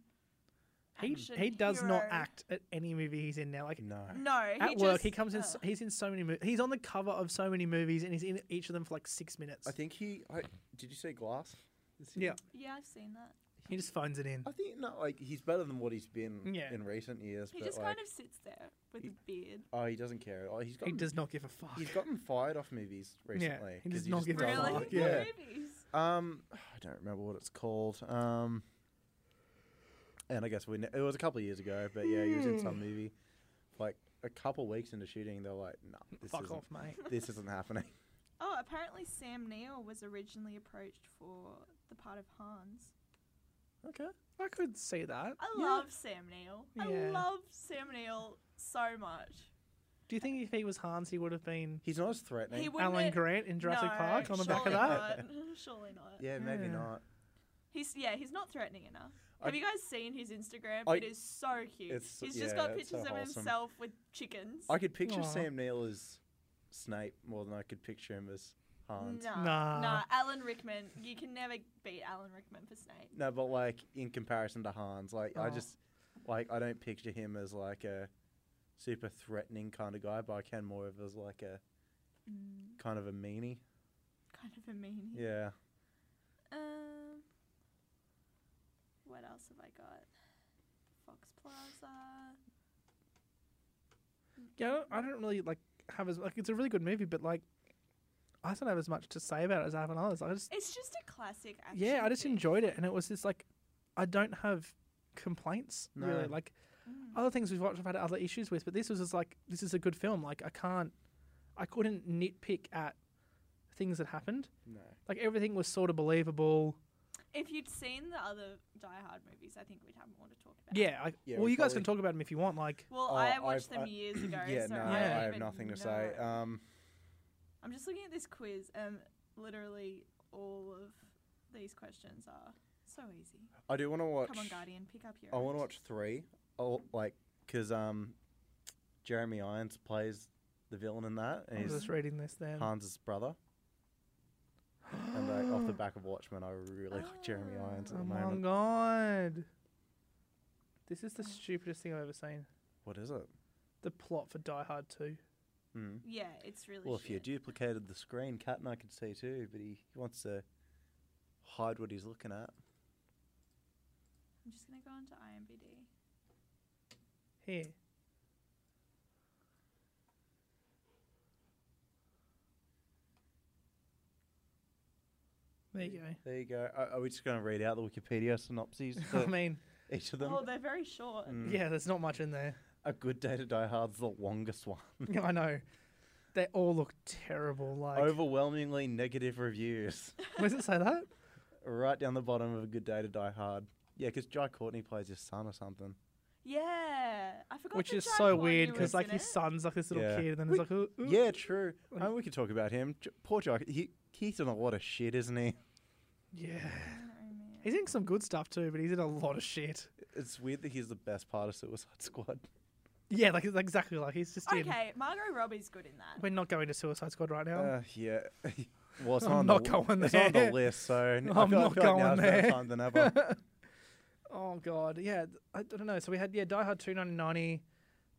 He, action he does not hero. act at any movie he's in now. Like No. No, at he work, just, Oh. uh, he comes in. ugh. So, he's in so many. Mo- he's on the cover of so many movies, and he's in each of them for like six minutes. I think he. I, did you say glass? Is he- yeah, Yeah, I've seen that. he just phones it in. I think not. Like he's better than what he's been Yeah. in recent years. He but just like, kind of sits there with He- his beard. Oh, he doesn't care. Oh, he's He gotten. does not give a fuck. He's gotten fired off movies recently. he 'cause does not just give a doesn't Really? like- [LAUGHS] What fuck, yeah. movies? Um, I don't remember what it's called. Um, and I guess we kn- it was a couple of years ago, but yeah, he was in Hmm. some movie. Like a couple weeks into shooting, they're like, "No, this fuck isn't. off, mate. This isn't happening." [LAUGHS] Oh, apparently Sam Neill was originally approached for the part of Hans. okay. I could see that. I Yeah. love Sam Neill. I Yeah. love Sam Neill so much. Do you think if he was Hans, he would have been He's not as threatening. He wouldn't Alan it- Grant in Jurassic No, Park on the back of surely that? Not. Surely not. yeah, maybe Yeah. not. He's yeah, he's not threatening enough. I- Have you guys seen his Instagram? I- it is so cute. It's- he's yeah, just got it's pictures so of wholesome. himself with chickens. I could picture Aw. Sam Neill as Snape more than I could picture him as Hans. Nah, Nah. nah. Alan Rickman. You can never beat Alan Rickman for Snape. No, but like in comparison to Hans, like I Oh. just like I don't picture him as like a super threatening kind of guy, but I can more of as like a Mm. kind of a meanie. Kind of a meanie. Yeah. Um, what else have I got? Fox Plaza. Yeah, I don't, I don't really like have as like. It's a really good movie, but like, I don't have as much to say about it as I have on others. I just It's just a classic. Action yeah, I just flick. enjoyed it, and it was just like, I don't have complaints really. No. Like Mm. other things we've watched, I've had other issues with, but this was just like, this is a good film. Like I can't, I couldn't nitpick at things that happened. No. Like everything was sort of believable. If you'd seen the other Die Hard movies, I think we'd have more to talk about. Yeah. Like, Yeah, well, we you guys can probably- talk about them if you want. Like, Well, Oh, I watched I've- them I- [CLEARS THROAT] years ago. yeah, so no, I, I, don't have even nothing to say. know. Um I'm just looking at this quiz, and literally all of these questions are so easy. I do want to watch Come on, Guardian, pick up your. I want to act. watch 3. Oh, like cuz um Jeremy Irons plays the villain in that and I was he's just reading this then. Hans's brother. and like off the [GASPS] back of Watchmen, I really like Jeremy Ah. Irons at [GASPS] Oh the my moment. god. This is the stupidest thing I've ever seen. What is it? The plot for Die Hard 2. Mm. Yeah, it's really. Well, shit. if you duplicated the screen, Cat and I could see too, but he, he wants to hide what he's looking at. I'm just gonna go onto IMDb. Here. There you go. Oh, There you go. Are, are we just going to read out the Wikipedia [LAUGHS] synopses I for mean, each of them? Oh, they're very short. Mm. yeah, there's not much [LAUGHS] in there. A Good Day to Die Hard's the longest one. Yeah, I know. They all look terrible. Like, Overwhelmingly negative [LAUGHS] reviews. Where does it say that? right down the bottom of A Good Day to Die Hard. Yeah, because Jai Courtney plays his son or something. Yeah, I forgot. Which that is Jack so Courtney weird was because like in his it. son's like this little Yeah. kid, and then We- he's like, ooh, ooh. Yeah, true. Like- Oh, we could talk about him. J- poor Jai. He, he's in a lot of shit, isn't he? I yeah. don't remember. He's in some good stuff too, but he's in a lot of shit. It's weird that he's the best part of Suicide Squad. Yeah, like it's exactly like he's just in. Okay, Margot Robbie's good in that. We're not going to Suicide Squad right now. Uh, yeah. [LAUGHS] Well, it's I'm not, on not the, going It's not on the there. list, so [LAUGHS] I'm I'm now's not going better there. time than [LAUGHS] ever. oh god, yeah. th- I, don't know. So we had yeah, Die Hard 2 1990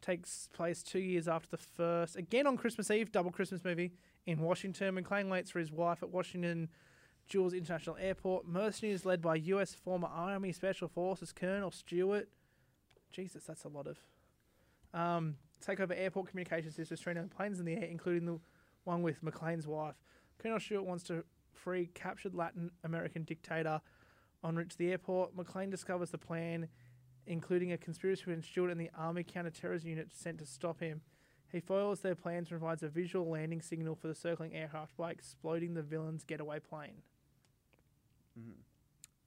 takes place two years after the first, again on Christmas Eve, double Christmas movie in Washington. McClane waits for his wife at Washington Jules International Airport. Mercenaries led by U.S. former Army Special Forces Colonel Stewart. Jesus, that's a lot of. Um, take over airport communications systems, training planes in the air, including the one with McLean's wife. Colonel Stewart wants to free captured Latin American dictator. En route to the airport, McLean discovers the plan, including a conspiracy between Stewart and the Army counterterrorism unit sent to stop him. He foils their plans and provides a visual landing signal for the circling aircraft by exploding the villain's getaway plane. Mm-hmm.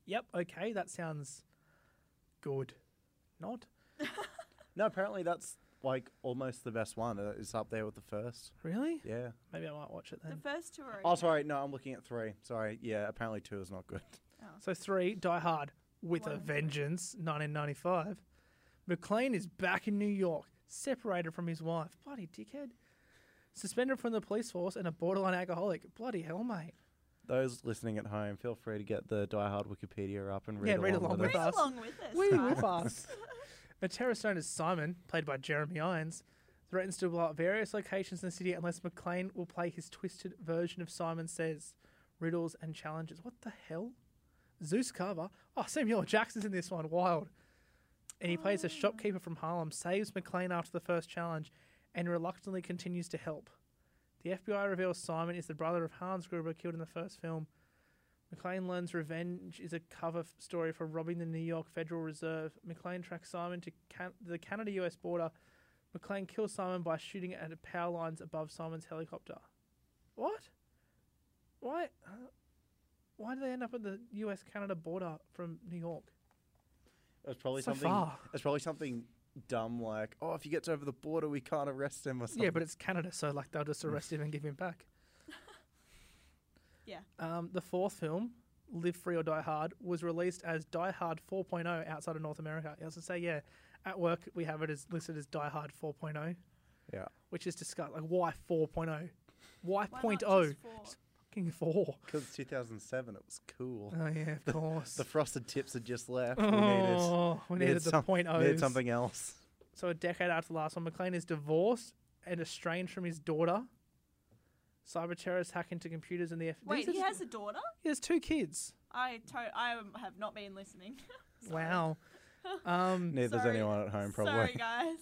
Yep, okay, that sounds good. Not? No, apparently that's like almost the best one. Uh, It's up there with the first. Really? Yeah. Maybe I might watch it The then. first two are. Oh, okay. sorry. No, I'm looking at three. Sorry. Yeah, apparently two is not good. [LAUGHS] So three, Die Hard with One a and three. Vengeance, 1995. McLean is back in New York, separated from his wife. Bloody dickhead. Suspended from the police force and a borderline alcoholic. Bloody hell, mate. Those listening at home, feel free to get the Die Hard Wikipedia up and read Yeah, along, read along with Read us. us. along with us. We guys. with [LAUGHS] us. A terrorist known as Simon, played by Jeremy Irons, threatens to blow up various locations in the city unless McLean will play his twisted version of Simon Says, riddles and challenges. What the hell? Zeus Carver? Oh, Samuel L. Jackson's in this one. Wild. And he plays a shopkeeper from Harlem, saves McLean after the first challenge, and reluctantly continues to help. The FBI reveals Simon is the brother of Hans Gruber, killed in the first film. McLean learns revenge is a cover f- story for robbing the New York Federal Reserve. McLean tracks Simon to can- the Canada US border. McLean kills Simon by shooting at power lines above Simon's helicopter. What? Why? uh, Why do they end up at the US Canada border from New York? It's probably So something. far. It's probably something dumb like, oh, if he gets over the border, we can't arrest him or something. Yeah, but it's Canada, so like they'll just arrest him and give [LAUGHS] him back. Yeah. Um, the fourth film, Live Free or Die Hard, was released as Die Hard 4.0 outside of North America. I was to say, yeah, at work we have it as listed as Die Hard 4.0, yeah. which is discussed. Like, why 4.0? Why, Why not point oh? just four? Fucking four. [LAUGHS] Because 2007, it was [LAUGHS] cool. Oh yeah, of course. The frosted tips had just left. we needed, oh, we needed, the some- point oh. needed something else. So a decade after the last one, McLean is divorced and estranged from his daughter. Cyber terrorists hack into computers and the FBI. Wait, he has a daughter? He has two kids. I to- I um, have not been listening. [LAUGHS] Wow. Um, Neither's Sorry. anyone at home, probably. [LAUGHS] Sorry, [LAUGHS] guys.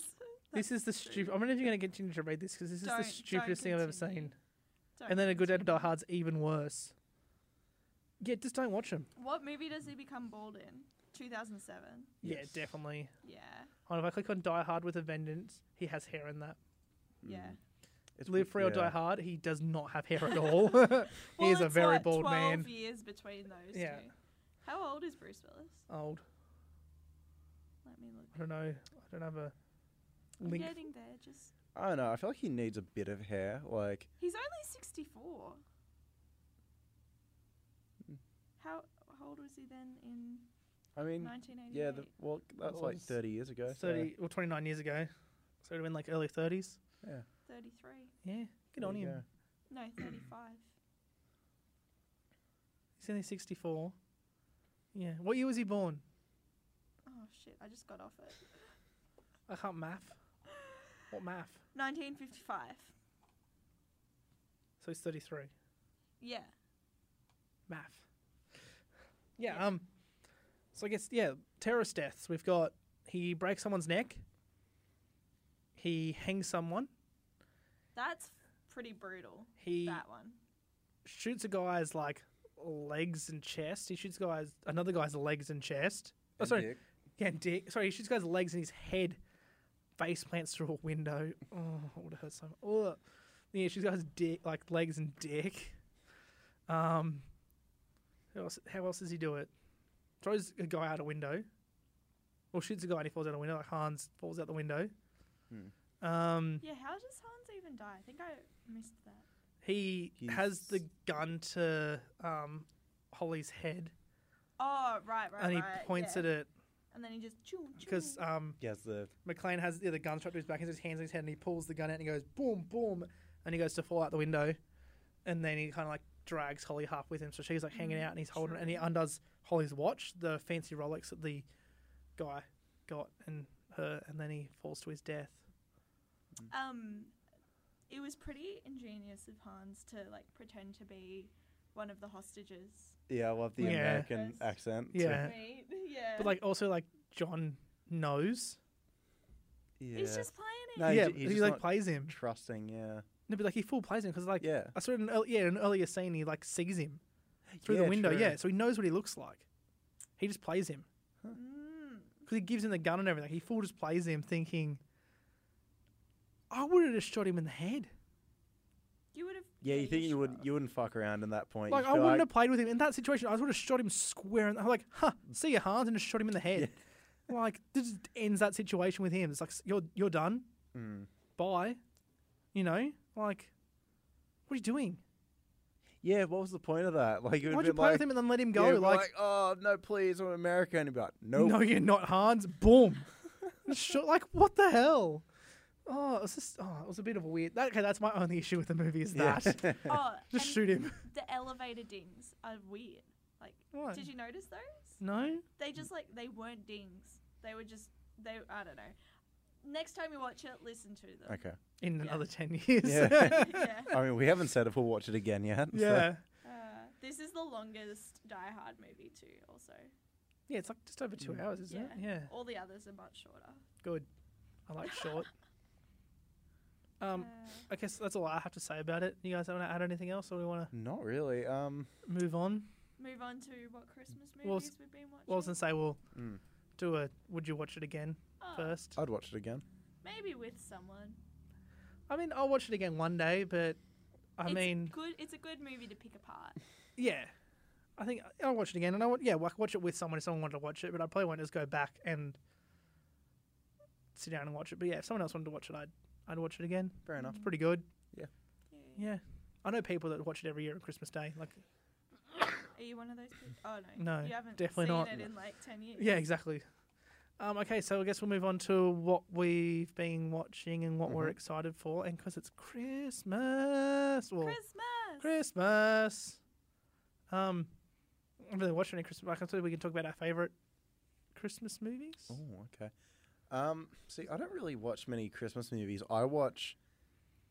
this is the stupid. I'm not even going to continue to read this because this is Don't- the don't stupidest thing I've ever continue. seen. Don't And then a good day to continue. die hard's even worse. Yeah, just don't watch them. What movie does he become bald in? 2007. Yes. Yeah, definitely. Yeah. And if I click on Die Hard with a Vengeance, he has hair in that. Hmm. Yeah. It's Live w- Free or Die yeah. Hard, he does not have [LAUGHS] hair at all. [LAUGHS] he Well, is a it's very what, bald 12 man. years between those Yeah. two. How old is Bruce Willis? Old. Let me look. I don't know. I don't have a I'm link. getting there. Just I don't know. I feel like he needs a bit of hair. Like, he's only 64. Hmm. How, how old was he then in I mean, 1988? yeah, the, well, that's like was 30 years ago. so- 30 or 29 years ago. So it would have been like early 30s. 33. Yeah, good There on you him. go. No, 35. He's only 64. Yeah. What year was he born? oh shit! I just got off it. I can't math. What math? 1955. So he's 33. Yeah. Math. Yeah, um so I guess yeah, terrorist deaths. We've got he breaks someone's neck. He hangs someone. That's pretty brutal. He that one. shoots a guy's like legs and chest. He shoots a guy's another guy's legs and chest. Oh, And sorry. Dick. Yeah, and dick. Sorry, he shoots guys' legs and his head face plants through a window. Oh, it would have hurt so much. Ugh. Yeah, she's got his dick, like legs and dick. Um, who else, how else does he do it? Throws a guy out a window. Or shoots a guy and he falls out a window, like Hans falls out the window. Um, Yeah. How does Hans even die? I think I missed that. he has the gun to um, Holly's head Oh right, right, and he right, points yeah. at it And then he just choo because um, He has the McLean has yeah, the gun strapped to his back, he's his hands on his head, and he pulls the gun out and he goes boom, boom, and he goes to fall out the window, and then he kind of like drags Holly half with him. So she's like hanging out and he's holding it and he undoes Holly's watch, the fancy Rolex that the guy got and her, and then he falls to his death. Um, it was pretty ingenious of Hans to like pretend to be one of the hostages. Yeah, I love the Yeah. American Yes. accent. too. Yeah. Right? [LAUGHS] yeah. But like also like John knows. yeah. he's just playing it. No, he's yeah, ju- but he's he just like not plays him. trusting. Yeah, No, but like he full plays him because like yeah, I saw it in an early, yeah in an earlier scene he like sees him through Yeah, the window. true. Yeah, so he knows what he looks like. He just plays him Mm. because he gives him the gun and everything. He full just plays him, thinking, "I would have just shot him in the head. You would have. yeah. You think you would should've. you wouldn't fuck around in that point? Like You'd I be wouldn't have played with him in that situation. I would have shot him square and I'm like, huh, see you, Hans, and just shot him in the head. [LAUGHS] Like this just ends that situation with him. It's like "S- you're you're done. Mm. Bye. You know, like what are you doing? Yeah, what was the point of that? Like, it would Why'd be you play like, with him and then let him yeah, go? it'd be like, oh no, please, I'm American. And he'd be like, nope. No, you're not Hans. Boom. [LAUGHS] Sho- like what the hell? Oh, it was just oh, it was a bit of a weird. That, okay, that's my only issue with the movie is Yeah. [LAUGHS] that Oh, and [LAUGHS] just shoot him. the elevator dings are weird. Like, Why? did you notice those? No, They just like they weren't dings. They were just they. I don't know. Next time you watch it, listen to them. okay. in Yeah. another ten years. [LAUGHS] Yeah. [LAUGHS] yeah. I mean, we haven't said if we'll watch it again yet. so- yeah, Uh, this is the longest Die Hard movie too. Also, Yeah, It's like just over two Mm. hours, isn't it? Yeah, all the others are much shorter. good. I like short. [LAUGHS] Um, Uh, I guess that's all I have to say about it. You guys want to add anything else, or we want Not really. Um. to move on? move on to what Christmas movies Well, s- we've been watching. Well, I was gonna say we'll mm, do a. Would you watch it again Oh, first? I'd watch it again. maybe with someone. I mean, I'll watch it again one day, but I It's mean, good. It's a good movie to pick apart. [LAUGHS] Yeah, I think I'll watch it again, and I want yeah, like watch it with someone if someone wanted to watch it, but I probably won't just go back and sit down and watch it. But yeah, if someone else wanted to watch it, I'd I'd watch it again. Fair enough. It's pretty good. Yeah. Yeah, I know people that watch it every year on Christmas Day. Like Are you one of those people? Oh no. No, You haven't definitely seen not. it in like ten years. yeah, exactly. Um, okay, so I guess we'll move on to what we've been watching and what we're Mhm. excited for, and because it's Christmas, well, Christmas. Christmas. Um, I haven't really watched any Christmas. Like I said, we can talk about our favorite Christmas movies. Oh, okay. Um. See, I don't really watch many Christmas movies. I watch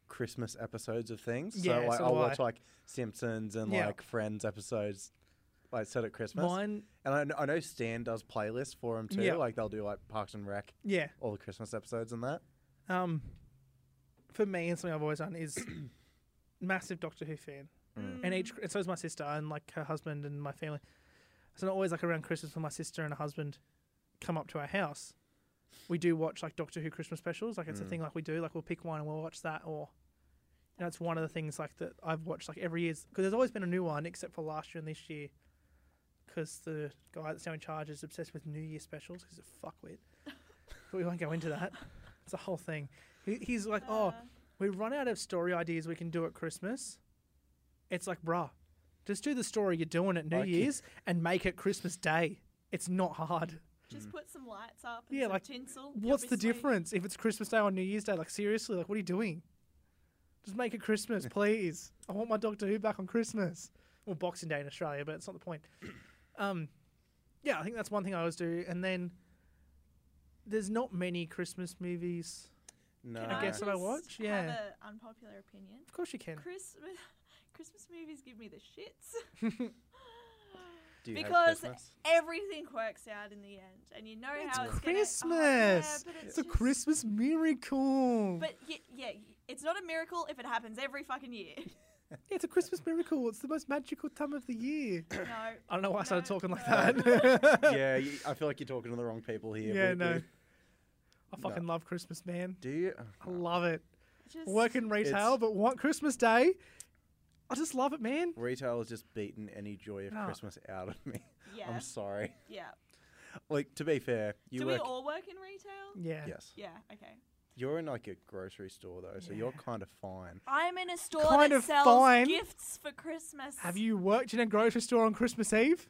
Christmas episodes of things. So, Yeah, like, so I'll do I. watch like Simpsons and Yeah. like Friends episodes, like set at Christmas. Mine, And I know, I know Stan does playlists for him too. Yeah. Like they'll do like Parks and Rec, yeah. all the Christmas episodes and that. Um, for me, and something I've always done is massive Doctor Who fan, Mm. and each and so is my sister and like her husband and my family. So not always like around Christmas when my sister and her husband come up to our house. We do watch like Doctor Who Christmas specials. Like it's a Mm. thing like we do. Like we'll pick one and we'll watch that. Or you know, it's one of the things like that I've watched like every year because there's always been a new one except for last year and this year because the guy that's now in charge is obsessed with New Year specials because he's [LAUGHS] a fuckwit. but we won't go into that. It's a whole thing. He, he's like, oh, Uh, we run out of story ideas we can do at Christmas. It's like, bruh, just do the story you're doing at New Like, yeah. Year's and make it Christmas Day. It's not hard. Just put some lights up. And Yeah, some like, tinsel. You'll What's be the sweet. difference if it's Christmas Day or New Year's Day? Like, seriously, like, what are you doing? Just make it Christmas, please. I want my Doctor Who back on Christmas. Well, Boxing Day in Australia, but it's not the point. Um, yeah, I think that's one thing I always do. And then there's not many Christmas movies. No, Can I guess that I just watch? Have Yeah. an unpopular opinion. Of course you can. Christmas, [LAUGHS] Christmas movies give me the shits. Do you hate because [LAUGHS] Christmas? Everything works out in the end, and you know It's how it's Gonna, oh, yeah, Christmas. but it's It's a just- Christmas miracle. But y- yeah, y- it's not a miracle if it happens every fucking [COUGHS] year. [COUGHS] Yeah, it's a Christmas miracle. It's the most magical time of the year. no. I don't know why I started No. talking like No. [LAUGHS] that. yeah, you, I feel like you're talking to the wrong people here. Yeah, We- no. we- I fucking love Christmas, man. do you? I love it. Just, Work in retail, It's- but want Christmas Day. I just love it, man. Retail has just beaten any joy of No. Christmas out of me. Yeah. I'm sorry. [LAUGHS] yeah. Like to be fair, you Do work. we all work in retail? Yeah. yes, Yeah. Okay. you're in like a grocery store though, so you're Yeah. kind of fine. I'm in a store Kind that of sells fine. gifts for Christmas. Have you worked in a grocery store on Christmas Eve?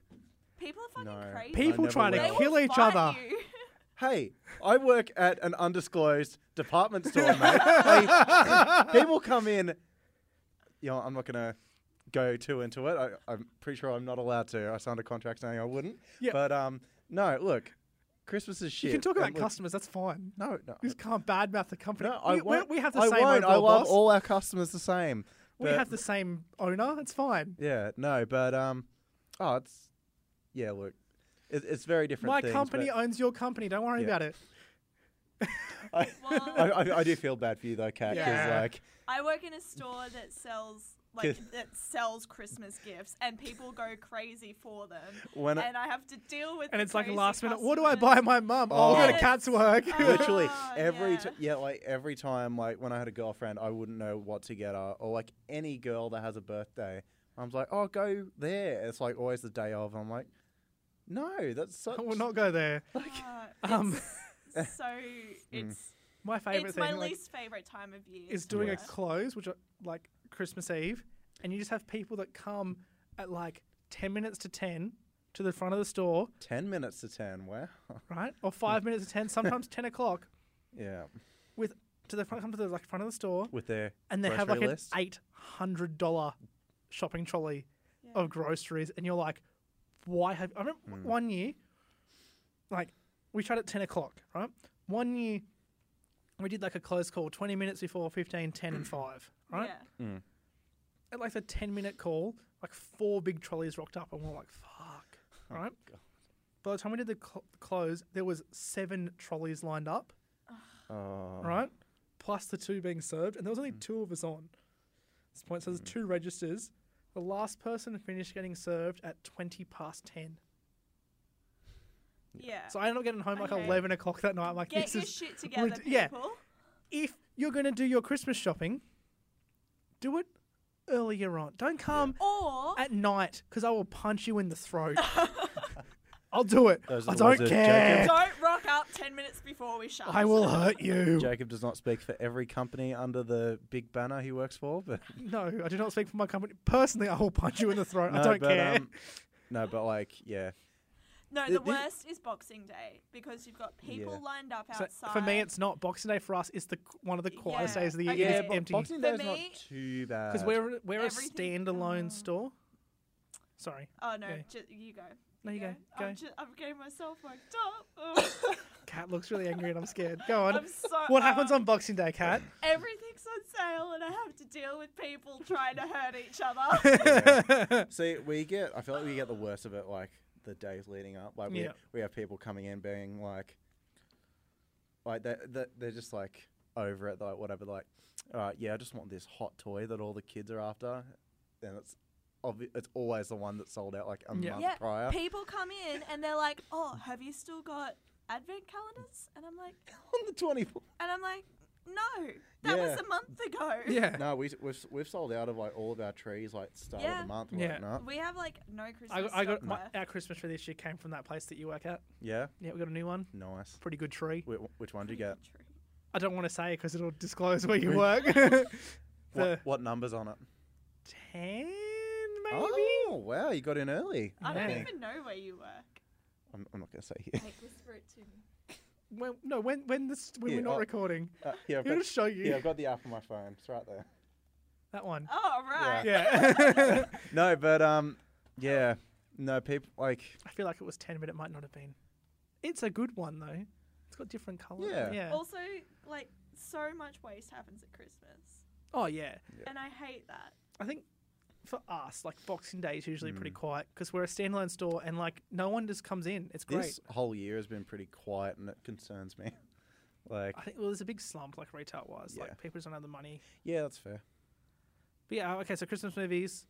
People are fucking No. crazy. Peop- People never trying they to will. will kill each fight other. you. [LAUGHS] Hey, I work at an undisclosed department store, mate. Hey, people come in. You know, I'm not gonna go too into it. I, I'm pretty sure I'm not allowed to. I signed a contract saying I wouldn't. Yeah. But um, no, look, Christmas is shit. You can talk about And look- customers. That's fine. No, no. You just can't badmouth the company. No, I we, we- won't. we have the I same won't. I overall love boss. all our customers the same. we but- have the same owner. It's fine. Yeah, no, but um, oh, it's yeah. Look, it, it's very different. My things, company [LAUGHS] but owns your company. Don't worry Yeah. about it. I, Well- I, I, I do feel bad for you though, Kat. 'cause, Yeah. like, I work in a store that sells like that sells Christmas gifts, and people go crazy for them. When I- and I have to deal with And the it's like crazy last minute. What do I customers. buy my mum? Oh, I'll go to Oh. [LAUGHS] Cat's work. Oh. [LAUGHS] literally Ah, every yeah. yeah. yeah, like every time, like when I had a girlfriend, I wouldn't know what to get her, or like any girl that has a birthday, I'm like, oh, go there. It's like always the day of. And I'm like, no, that's [LAUGHS] such. I will [LAUGHS] not [LAUGHS] go there. Ah, Um, it's so Mm. it's My favorite it's thing my like, least favorite time of year. is to doing a work. close, which are like Christmas Eve, and you just have people that come at like ten minutes to ten to the front of the store, ten minutes to ten. Wow. [LAUGHS] right, or five minutes to [LAUGHS] ten, sometimes ten o'clock, Yeah, with to the front, come to the like front of the store, with their and they have like grocery an list. eight hundred dollar shopping trolley Yeah. of groceries, and you're like, why have I remember Hmm. w- one year, like we tried at ten o'clock, right? One year we did like a close call, twenty minutes before 15, 10 and [CLEARS THROAT] five, right? Yeah. At like the ten minute call, like four big trolleys rocked up, and we're like, fuck, right? Oh God. By the time we did the cl- close, there was seven trolleys lined up, Oh. right? Plus the two being served, and there was Hmm. only two of us on. At this point, so there's two registers. The last person finished getting served at twenty past ten. Yeah. So I ended up getting home like Okay. eleven o'clock that night. I'm like, Get this your is shit together, rid- people. yeah. if you're gonna do your Christmas shopping, do it earlier on. Don't come Or at night because I will punch you in [LAUGHS] the throat. I'll do it. Those are I the ones don't that Jacob- care. don't rock up ten minutes before we shut. I will hurt you. Jacob does not speak for every company under the big banner he works for, but No, I do not speak for my company. Personally, I will punch you in the throat. [LAUGHS] I No, don't but, care. Um, no, but like, [LAUGHS] yeah, No, Th- the thi- worst is Boxing Day because you've got people Yeah. lined up So outside. for me, it's not Boxing Day. For us, it's the one of the quietest Yeah. days of the year. Okay. Yeah, Yeah, it's bo- empty Boxing Day For is not me- too bad because we're we're a Everything- standalone Oh. store. Sorry, Oh no, Yeah. ju- you go. No, you go. Go. I'm, ju- I'm getting myself worked [LAUGHS] up. Oh, Cat looks [LAUGHS] really angry and I'm scared. Go on. I'm so. what happens oh, on Boxing Day, Cat? Everything's on sale, and I have to deal with people trying to hurt each other. [LAUGHS] Yeah. See, we get. I feel like we get the worst of it, like the days leading up. Like we, Yeah. we have people coming in being like, like they they they're just like over it, like whatever. Like, all right, yeah, I just want this hot toy that all the kids are after, and it's. obvi- It's always the one that sold out like a [LAUGHS] Yeah. month yeah, prior. people come in and they're like, "Oh, have you still got advent calendars?" And I'm like, [LAUGHS] On the twenty fourth. and I'm like, "No, that was Yeah. a month ago." Yeah. No, we, we've we've sold out of like all of our trees like start of Yeah. the month. and Yeah. whatnot. We have like no Christmas. I, I got stock my, left. our Christmas tree this year came from that place that you work at. Yeah, Yeah, we got a new one. nice. Pretty good tree. Wh- wh- which one do you get? I don't want to say because it'll disclose where you work. [LAUGHS] the What, what numbers on it? ten, maybe. Oh wow, you got in early. I don't Yeah. even know where you work. I'm, I'm not going to say [LAUGHS] here. Like, whisper it to me. When, no, when when this when Yeah, we're not I'll- recording, Uh, yeah, I've it'll got, show you yeah, I've got the app on my phone. It's right there. [LAUGHS] that one. Oh right. Yeah. [LAUGHS] No, but um, yeah, no people like I feel like it was 10, but it might not have been. It's a good one, though. It's got different colours. Yeah. Also, like so much waste happens at Christmas, oh, yeah. Yeah. and I hate that. I think for us, like, Boxing Day is usually Mm. pretty quiet because we're a standalone store and, like, no one just comes in. It's great. this whole year has been pretty quiet, and it concerns me. [LAUGHS] Like, I think, well, there's a big slump, like, retail wise. Yeah. Like, people just don't have the money. yeah, that's fair. But yeah, okay, so Christmas movies.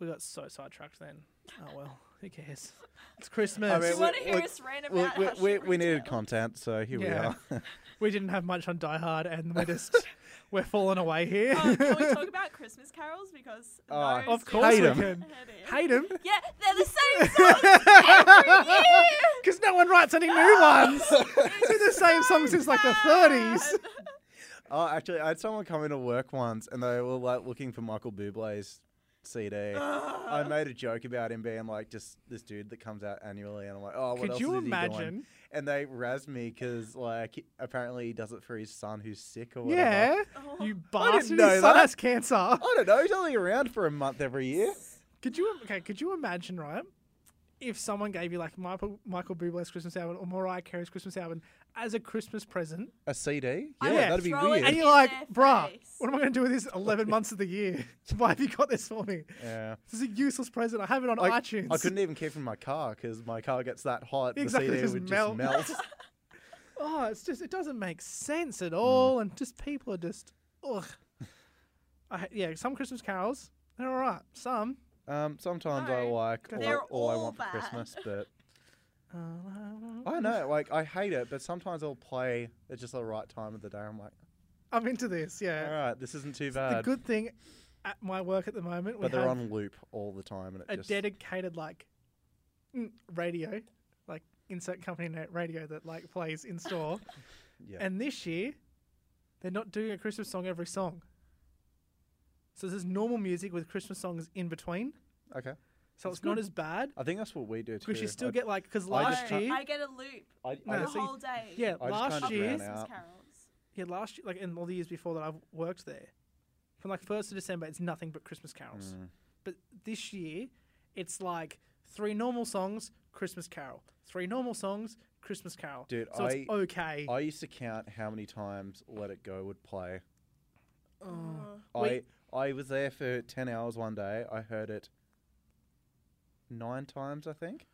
We got so sidetracked then. Oh, well. Who cares? It's Christmas. mean, you we- want to hear we- us rant We, about we, how we, shit we needed retail- content, so here Yeah. we are. we didn't have much on Die Hard and we're just, we're falling away here. Oh, can we talk about Christmas carols because Oh, those of do course Hate we 'em. can. head in. [LAUGHS] Hate him. Yeah, they're the [LAUGHS] same songs [LAUGHS] every year. Because no one writes [LAUGHS] any new ones. It's been the same song since like the 30s. oh, actually, I had someone come into work once, and they were like looking for Michael Bublé's CD. I [GASPS] made a joke about him being like just this dude that comes out annually, and I'm like, oh, what Could else you is he doing? imagine? And they razz me because like he- apparently he does it for his son who's sick or whatever. Yeah. Oh. You I bastard. didn't His know son that. has cancer. I don't know. He's only around for a month every year. Could you okay? Could you imagine right? If someone gave you like Michael Michael Bublé's Christmas album or Mariah Carey's Christmas album as a Christmas present, A CD? I Yeah, would that'd be throw it weird. and in you're like, their "Bruh, face." what am I going to do with this 11 months of the year? [LAUGHS] Why have you got this for me? Yeah. This is a useless present. I have it on Like, iTunes." I couldn't even keep it in my car because my car gets that hot, Exactly, the CD just would melt. just melt. Oh, it's just it doesn't make sense Mm. at all, and just people are just ugh. [LAUGHS] I, ha- yeah, some Christmas carols they're all right. Some um, sometimes I [LAUGHS] No, like all, they're all I all want bad. for Christmas, but uh, I don't know. Like I hate it, but sometimes I'll play at just the right time of the day. I'm like, I'm into this. all Yeah, right, this isn't too the bad. good thing at my work at the moment, we but they're have on loop all the time, and it a just dedicated like mm, radio, like insert company na- radio that like plays in store. [LAUGHS] yeah. And this year, they're not doing a Christmas song every song. So there's normal music with Christmas songs in between. okay. So That's it's not good. as bad I think that's what we do too. because you still I, get like because I last just can't- year, oh, I get a loop I, I No, the just- so you- whole day. yeah, I just last Of kinda year, drown Christmas out. carols. yeah, last year, like in all the years before that I've worked there, from like first of December, it's nothing but Christmas carols. Mm. But this year, it's like three normal songs, Christmas carol, three normal songs, Christmas carol. Dude, so I- it's okay. I used to count how many times "Let It Go" would play. Oh. I Wait. I was there for ten hours one day. I heard it nine times, I think.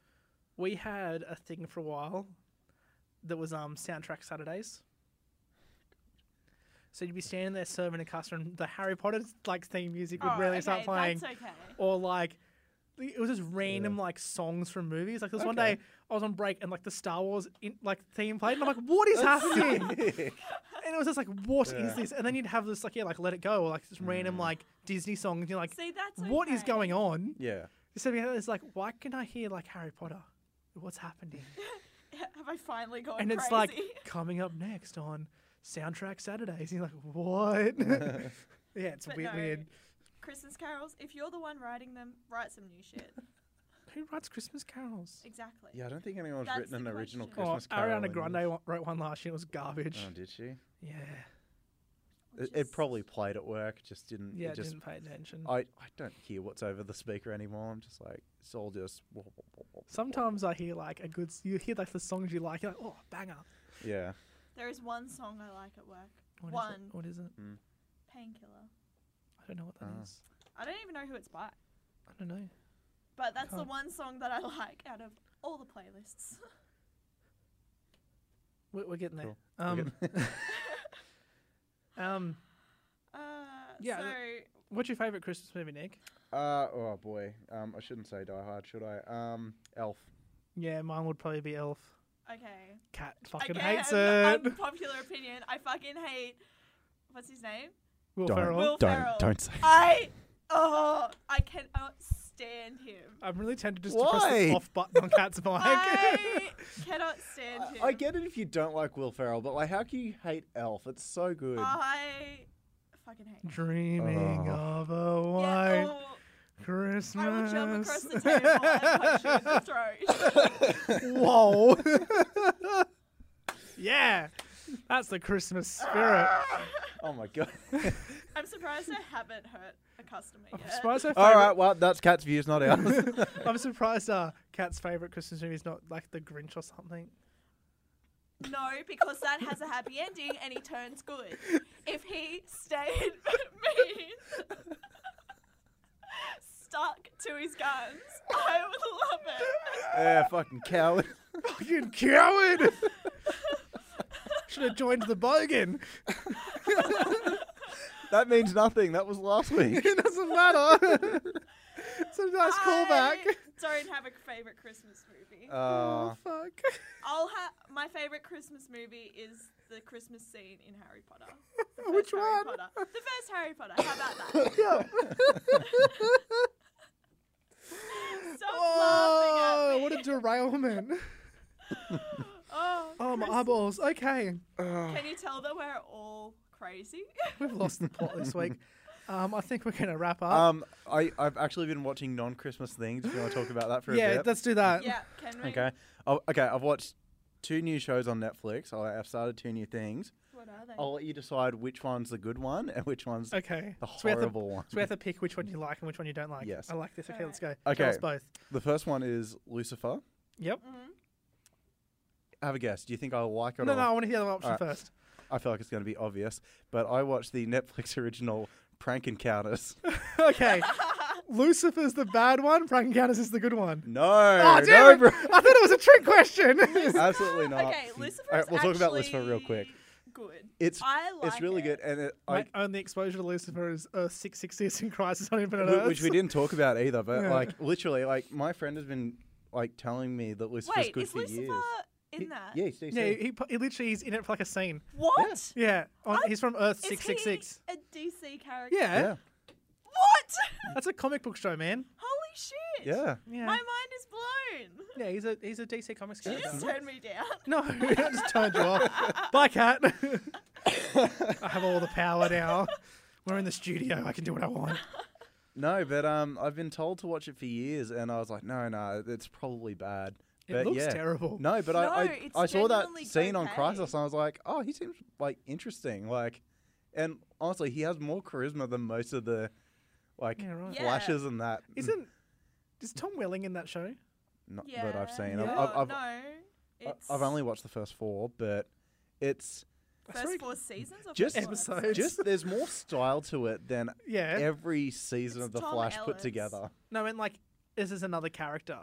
we had a thing for a while that was um soundtrack Saturdays. So you'd be standing there serving a customer, and the Harry Potter like theme music would Oh, really okay, start playing, That's okay. or like it was just random like songs from movies. Like there was one Okay. day I was on break and like the Star Wars in, like theme played, and I'm like, what is happening? And it was just like, what is Yeah. Mm. this? And then you'd have this like yeah, like Let It Go, or like this random like Disney song, and you're like, See, that's what is okay. going on? [LAUGHS] yeah. [LAUGHS] So yeah, it's like, why can I hear like Harry Potter? What's happening? [LAUGHS] Have I finally gone and crazy? [LAUGHS] it's like coming up next on soundtrack Saturdays. And you're like, what? [LAUGHS] yeah, it's But weird, no. weird. Christmas carols. If you're the one writing them, write some new [LAUGHS] shit. Who writes Christmas carols? Exactly. Yeah, I don't think anyone's That's written an the original question. Christmas oh, carol. Ariana in- Grande wa- wrote one last year. It was garbage. Oh, did she? yeah, Which It, it is- probably played at work. Just didn't. yeah, it just. didn't pay attention. I, I don't hear what's over the speaker anymore. I'm just like it's all just. Sometimes I hear like a good. s- You hear like the songs you like. You're like, oh, banger. Yeah. [LAUGHS] There is one song I like at work. What is it? one What is it? painkiller. I don't know what that is. Ah. I don't even know who it's by, I don't know. but that's the Can't- one song that I like out of all the playlists. We're, we're getting there. Cool. Um, [LAUGHS] um, Uh, Yeah, So what's your favorite Christmas movie, Nick? [LAUGHS] Uh oh boy. Um, I shouldn't say Die Hard, should I? Um, Elf. Yeah, mine would probably be Elf. okay. Cat fucking Again, hates [LAUGHS] it. unpopular opinion. I fucking hate. What's his name? Will Don't. Ferrell. Will Ferrell. say. I oh I cannot stand him. I'm really tempted just to press Why? the off button on Cat's mic. I cannot stand him. I, I get it if you don't like Will Ferrell, but like, how can you hate Elf? It's so good. Ah. [LAUGHS] I fucking hate. Him. [LAUGHS] Dreaming Oh. of a Yeah, white oh, Christmas. I will jump across [LAUGHS] the table and punch you in the throat. Whoa. yeah. That's the Christmas spirit. [LAUGHS] Ah, oh my god. I'm surprised I haven't hurt a customer I'm yet. surprised her [LAUGHS] All favorite- right. Well, that's Cat's views, not ours. I'm surprised uh, Cat's favourite Christmas movie is not like The Grinch or something. No, because that has a happy ending and he turns good. If he stayed [LAUGHS] mean, stuck to his guns, I would love it. [LAUGHS] yeah, fucking coward. Fucking [LAUGHS] coward! Should have joined the bogan. That means nothing. That was last [LAUGHS] week. [LAUGHS] It doesn't matter. [LAUGHS] it's a nice I callback. Don't have a favorite Christmas movie. Uh, oh, fuck. [LAUGHS] I'll ha- my favorite Christmas movie is the Christmas scene in Harry Potter. [LAUGHS] The first Which Harry one? Potter. The first Harry Potter. How about [LAUGHS] that? Stop Oh, laughing what at me. a derailment. [LAUGHS] oh, Oh, my Chris, eyeballs. Okay. Can you tell that we're all crazy? We've lost the plot this week. Um, I think we're gonna wrap up. Um, I I've actually been watching non-Christmas things. If you want to talk about that for yeah, a bit. let's do [LAUGHS] that. yeah, can we? Okay. Oh, okay. I've watched two new shows on Netflix. I- I've started two new things. What are they? I'll let you decide which one's the good one and which one's Okay. the So we have to- horrible one. So we have to pick which one you like and which one you don't like. Yes. I like this. Okay, let's go. Okay. Tell us both. The first one is Lucifer. Yep. Mhm. Have a guess. Do you think I'll like it? No, or... no, I want to hear the other option Alright. first. [LAUGHS] I feel like it's going to be obvious, but I watched the [LAUGHS] Netflix original Prank Encounters. [LAUGHS] okay. Lucifer's the bad one. Frankencounter's is the good one. No, Oh, damn no, it! bro. I thought it was a trick [LAUGHS] question. Absolutely not. Okay, Lucifer. All right, we'll talk about Lucifer real quick. Good. It's I like it's really it. good, and it, My I, only exposure to Lucifer is Earth 666 and Crisis on Infinite whi- Earths. which we didn't talk about either. But Yeah. like literally, like my friend has been like telling me that Lucifer's Wait, good is for Lucifer years. in that? Yeah, he's DC. Yeah, he, he literally is in it for like a scene. What? Yeah, on, I- he's from Earth Is six six six. he a DC character? Yeah, yeah, What? [LAUGHS] that's a comic book show, man. Holy shit. yeah. Yeah, My mind is blown. yeah, he's a he's a DC Comics Did you character. just turn me down? [LAUGHS] No, I just turned you [LAUGHS] off. Bye, cat. I have all the power now. We're in the studio. I can do what I want. No, but um, I've been told to watch it for years, and I was like, no, no, it's probably bad. It But looks yeah. terrible. No, but No, I I, it's I saw that genuinely scene on okay. Crisis and I was like, oh, he seems like interesting. Like, and honestly, he has more charisma than most of the like Yeah, right. Yeah. flashes and that. Isn't is Tom Welling in that show? not yeah. that I've seen? Yeah. I've, I've, I've, no. I- It's I've only watched the first four, but it's I saw first it- four seasons [LAUGHS] of Just- It's- just there's more style to it [LAUGHS] than Yeah. every season It's of the Tom Flash put Ellis. together. no, and like this is another character.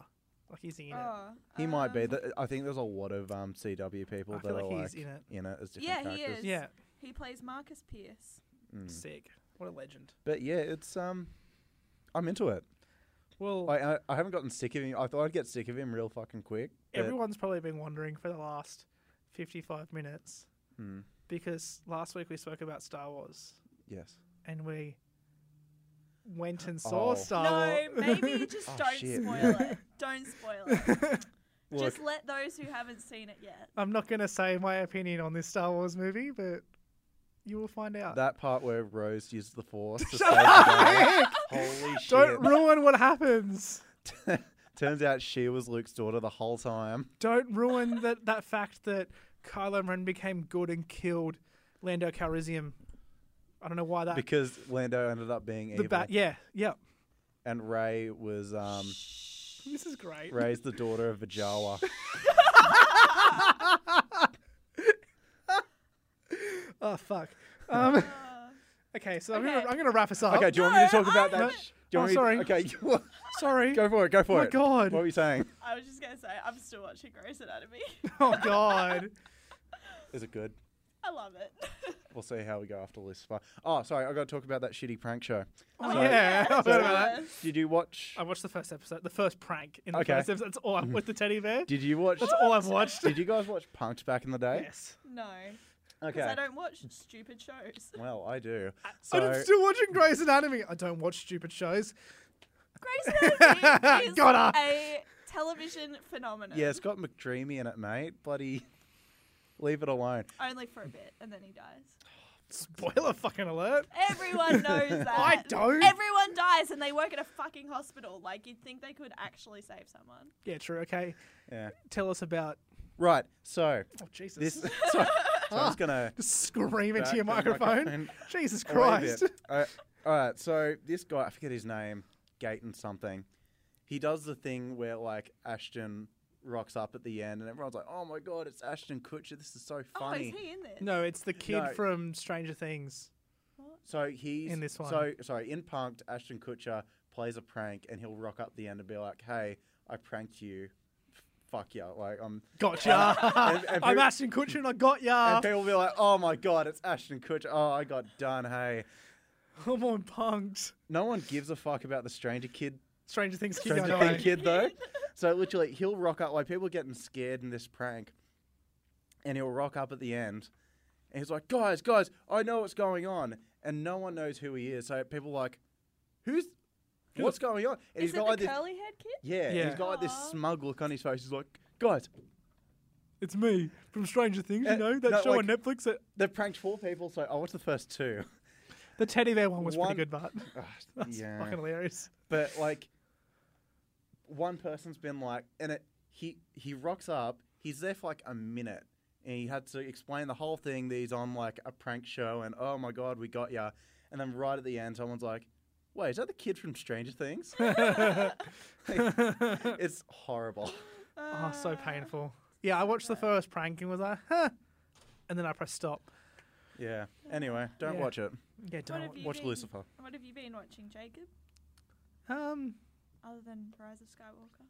Like he's in it. Oh. He might um, be. Th- I think there's a lot of um, CW people I that feel like are like he's in it. in it as Yeah, different he characters. is. Yeah, He plays Marcus Pierce. Mm. sick. What a legend. But yeah, it's um, I'm into it. Well, I, I I haven't gotten sick of him. I thought I'd get sick of him real fucking quick. but- everyone's probably been wondering for the last 55 minutes Hmm, because last week we spoke about Star Wars yes. and we went and saw Oh. Star no, Wars. [LAUGHS] maybe [LAUGHS] just Oh, don't shit, spoil yeah. it. Don't spoil it. Look, Just let those who haven't seen it yet. I'm not going to say my opinion on this Star Wars movie, but you will find [LAUGHS] out. that part where Rose used the force [LAUGHS] to save the day. Holy shit! Don't ruin what happens. [LAUGHS] Turns out she was Luke's daughter the whole time. Don't ruin that, that fact that Kylo Ren became good and killed Lando Calrissian. I don't know why that. Because Lando ended up being the evil, bat, yeah, yeah. and Ray was um This is great. Ray's the daughter of [LAUGHS] Vajawa. Oh fuck. Um, [LAUGHS] [LAUGHS] Uh, okay, so I'm gonna Okay. I'm gonna wrap us up. Okay, do you want me to No, talk about I that? haven't- sh- Do you Oh, want me- sorry. Okay, [LAUGHS] you- Sorry. go for it. Go for Oh my it. God. What were you saying? I was just gonna say I'm still watching Grey's Anatomy. [LAUGHS] [LAUGHS] Oh [LAUGHS] god. Is it good? I love it. [LAUGHS] We'll see how we go after Lucifer. Oh, sorry, I got to talk about that shitty prank show. Oh, So- yeah. [LAUGHS] I've heard about that. Yes. Did you watch? I watched the first episode, the first prank in the Okay. first episode. That's all I, with the teddy bear. Did you watch? That's all I've [LAUGHS] watched. Did you guys watch Punked back in the day? Yes. [LAUGHS] No, because Okay. I don't watch stupid shows. Well, I do. But I'm So still watching Grey's Anatomy. I don't watch stupid shows. [LAUGHS] Grey's [LAUGHS] Anatomy is Got her. a television phenomenon. yeah, it's got McDreamy in it, mate. Bloody, leave it alone. Only for a bit, and then he dies. Spoiler fucking alert. [LAUGHS] Everyone knows that. I don't. Everyone dies, and they work at a fucking hospital. Like you'd think they could actually save someone. Yeah, true. Okay. Yeah. Tell us about. Right. So Oh Jesus. this. [LAUGHS] Sorry, so I'm just gonna [LAUGHS] Just scream into back your the [LAUGHS] microphone. microphone Jesus away a Christ. bit. All right, all right. So this guy, I forget his name, Gayton something. He does the thing where like Ashton rocks up at the end, and everyone's like, "Oh my god, it's Ashton Kutcher! This is so funny." Oh, is he in this? [LAUGHS] No, it's the kid No. from Stranger Things. So he's In this So one. sorry, in Punked, Ashton Kutcher plays a prank, and he'll rock up the end and be like, "Hey, I pranked you. F- Fuck yeah!" Like I'm. Gotcha. And- [LAUGHS] and I'm people- Ashton Kutcher and I got ya. And people will be like, "Oh my god, it's Ashton Kutcher. Oh, I got done. Hey, Come on, punks. no one gives a fuck about the Stranger Kid, Stranger Things keep Stranger going. Thing kid though." So literally, he'll rock up like people are getting scared in this prank, and he'll rock up at the end, and he's like, "Guys, guys, I know what's going on," and no one knows who he is. So people are like, "Who's?" Who What's going on? And Is it the like this- curly head kid? Yeah, Yeah. he's got like this Aw. smug look on his face. He's like, guys, It's me from Stranger Things, Uh, you know, that no, show like- on Netflix that they've pranked four people, so I watched the first two. [LAUGHS] The teddy bear one was One- pretty good, but [LAUGHS] that's yeah. [LAUGHS] fucking hilarious. [LAUGHS] but like one person's been like and it he he rocks up he's there for like a minute and he had to explain the whole thing that he's on like a prank show and oh my god we got ya and then right at the end someone's like wait is that the kid from stranger [LAUGHS] things oh, it's horrible so painful. Yeah, I watched the first prank and was like, huh. And then I pressed stop. yeah anyway don't Yeah. watch it Yeah, What don't. have you watch been- lucifer What have you been watching, Jacob? Um, Other than Rise of Skywalker?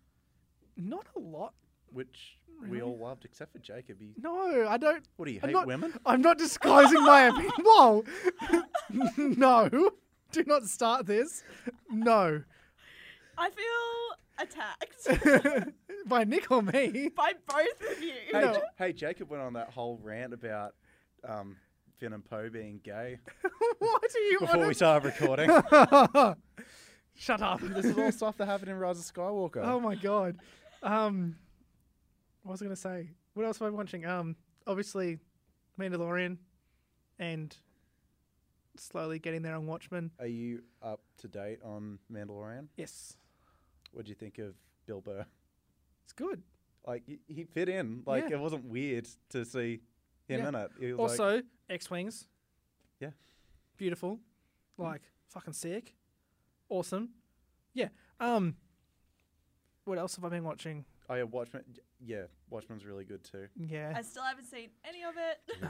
not a lot. which Really? we all loved except for jacob He- No, I don't. what do you I'm hate not- women I'm not disclosing my opinion. [LAUGHS] Whoa! no, do not start this. No, [LAUGHS] I feel attacked by Nick or me. [LAUGHS] by both of you. hey, No. J- hey jacob went on that whole rant about um, finn and poe being gay [LAUGHS] what are you? before on we [LAUGHS] started recording about? Shut up. this is [LAUGHS] all stuff that happened in Rise of Skywalker. Oh my god. Um, what was I going to say? What else am I watching? Um, obviously, Mandalorian, and slowly getting there on Watchmen. Are you up to date on Mandalorian? Yes, What do you think of Bill Burr? it's good. Like he- he fit in. Like Yeah. it wasn't weird to see him Yeah. in it. He was like- Also, X Wings. Yeah. Mm. Beautiful. Like, fucking sick. Awesome. Yeah. Um, what else have I been watching? oh yeah, Watchmen. Yeah, Watchmen's really good too. Yeah. I still haven't seen any of it.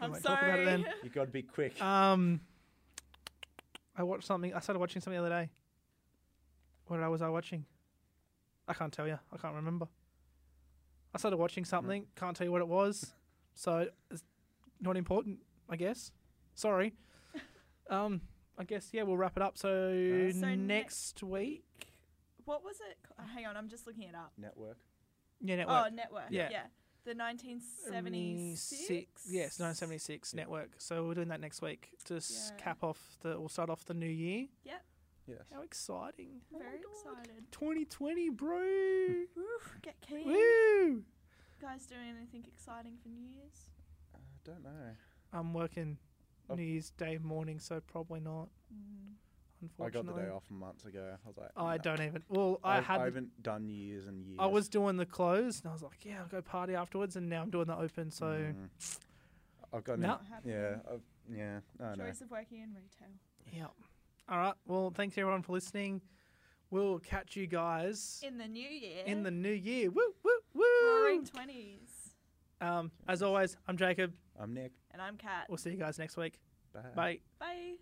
I'm might Oh talk sorry. about it then. [LAUGHS] you got to be quick. Um, I watched something. I started watching something the other day. What was I watching? I can't tell you. I can't remember. I started watching something. Can't tell you what it was. So it's not important, I guess. Sorry. Um, I guess yeah. We'll wrap it up. So, So ne- next week. What was it? ca- Hang on, I'm just looking it up. Network. Yeah, network. Oh, Network. Yeah. Yeah. The 1976. Yes, 976 Yeah. network. So we're doing that next week to s Yeah. cap off the. We'll start off the new year. Yes. How exciting! Oh my Very God. excited. 2020, bro. Oof, get keen. Woo! Guys, doing anything exciting for New Year's? I Uh, don't know. I'm working Oh. New Year's Day morning, so probably not. Mm. I got the Unfortunately, day off months ago. Oh, I was like, I "Nah." don't even. Well, I, I've- had. I I, haven't done years and years. was doing the close, and I was like, "Yeah, I'll go party afterwards." And now I'm doing the open, so Mm. I've got. No. No. Not happening. Yeah. I've, yeah. I know. Choice of working in retail. yeah. All right. Well, thanks everyone for listening. We'll catch you guys In the new year. in the new year. Woo woo roaring woo! 20s. Um, as always, I'm Jacob. I'm Nick. And I'm Kat. We'll see you guys next week. Bye. Bye. Bye.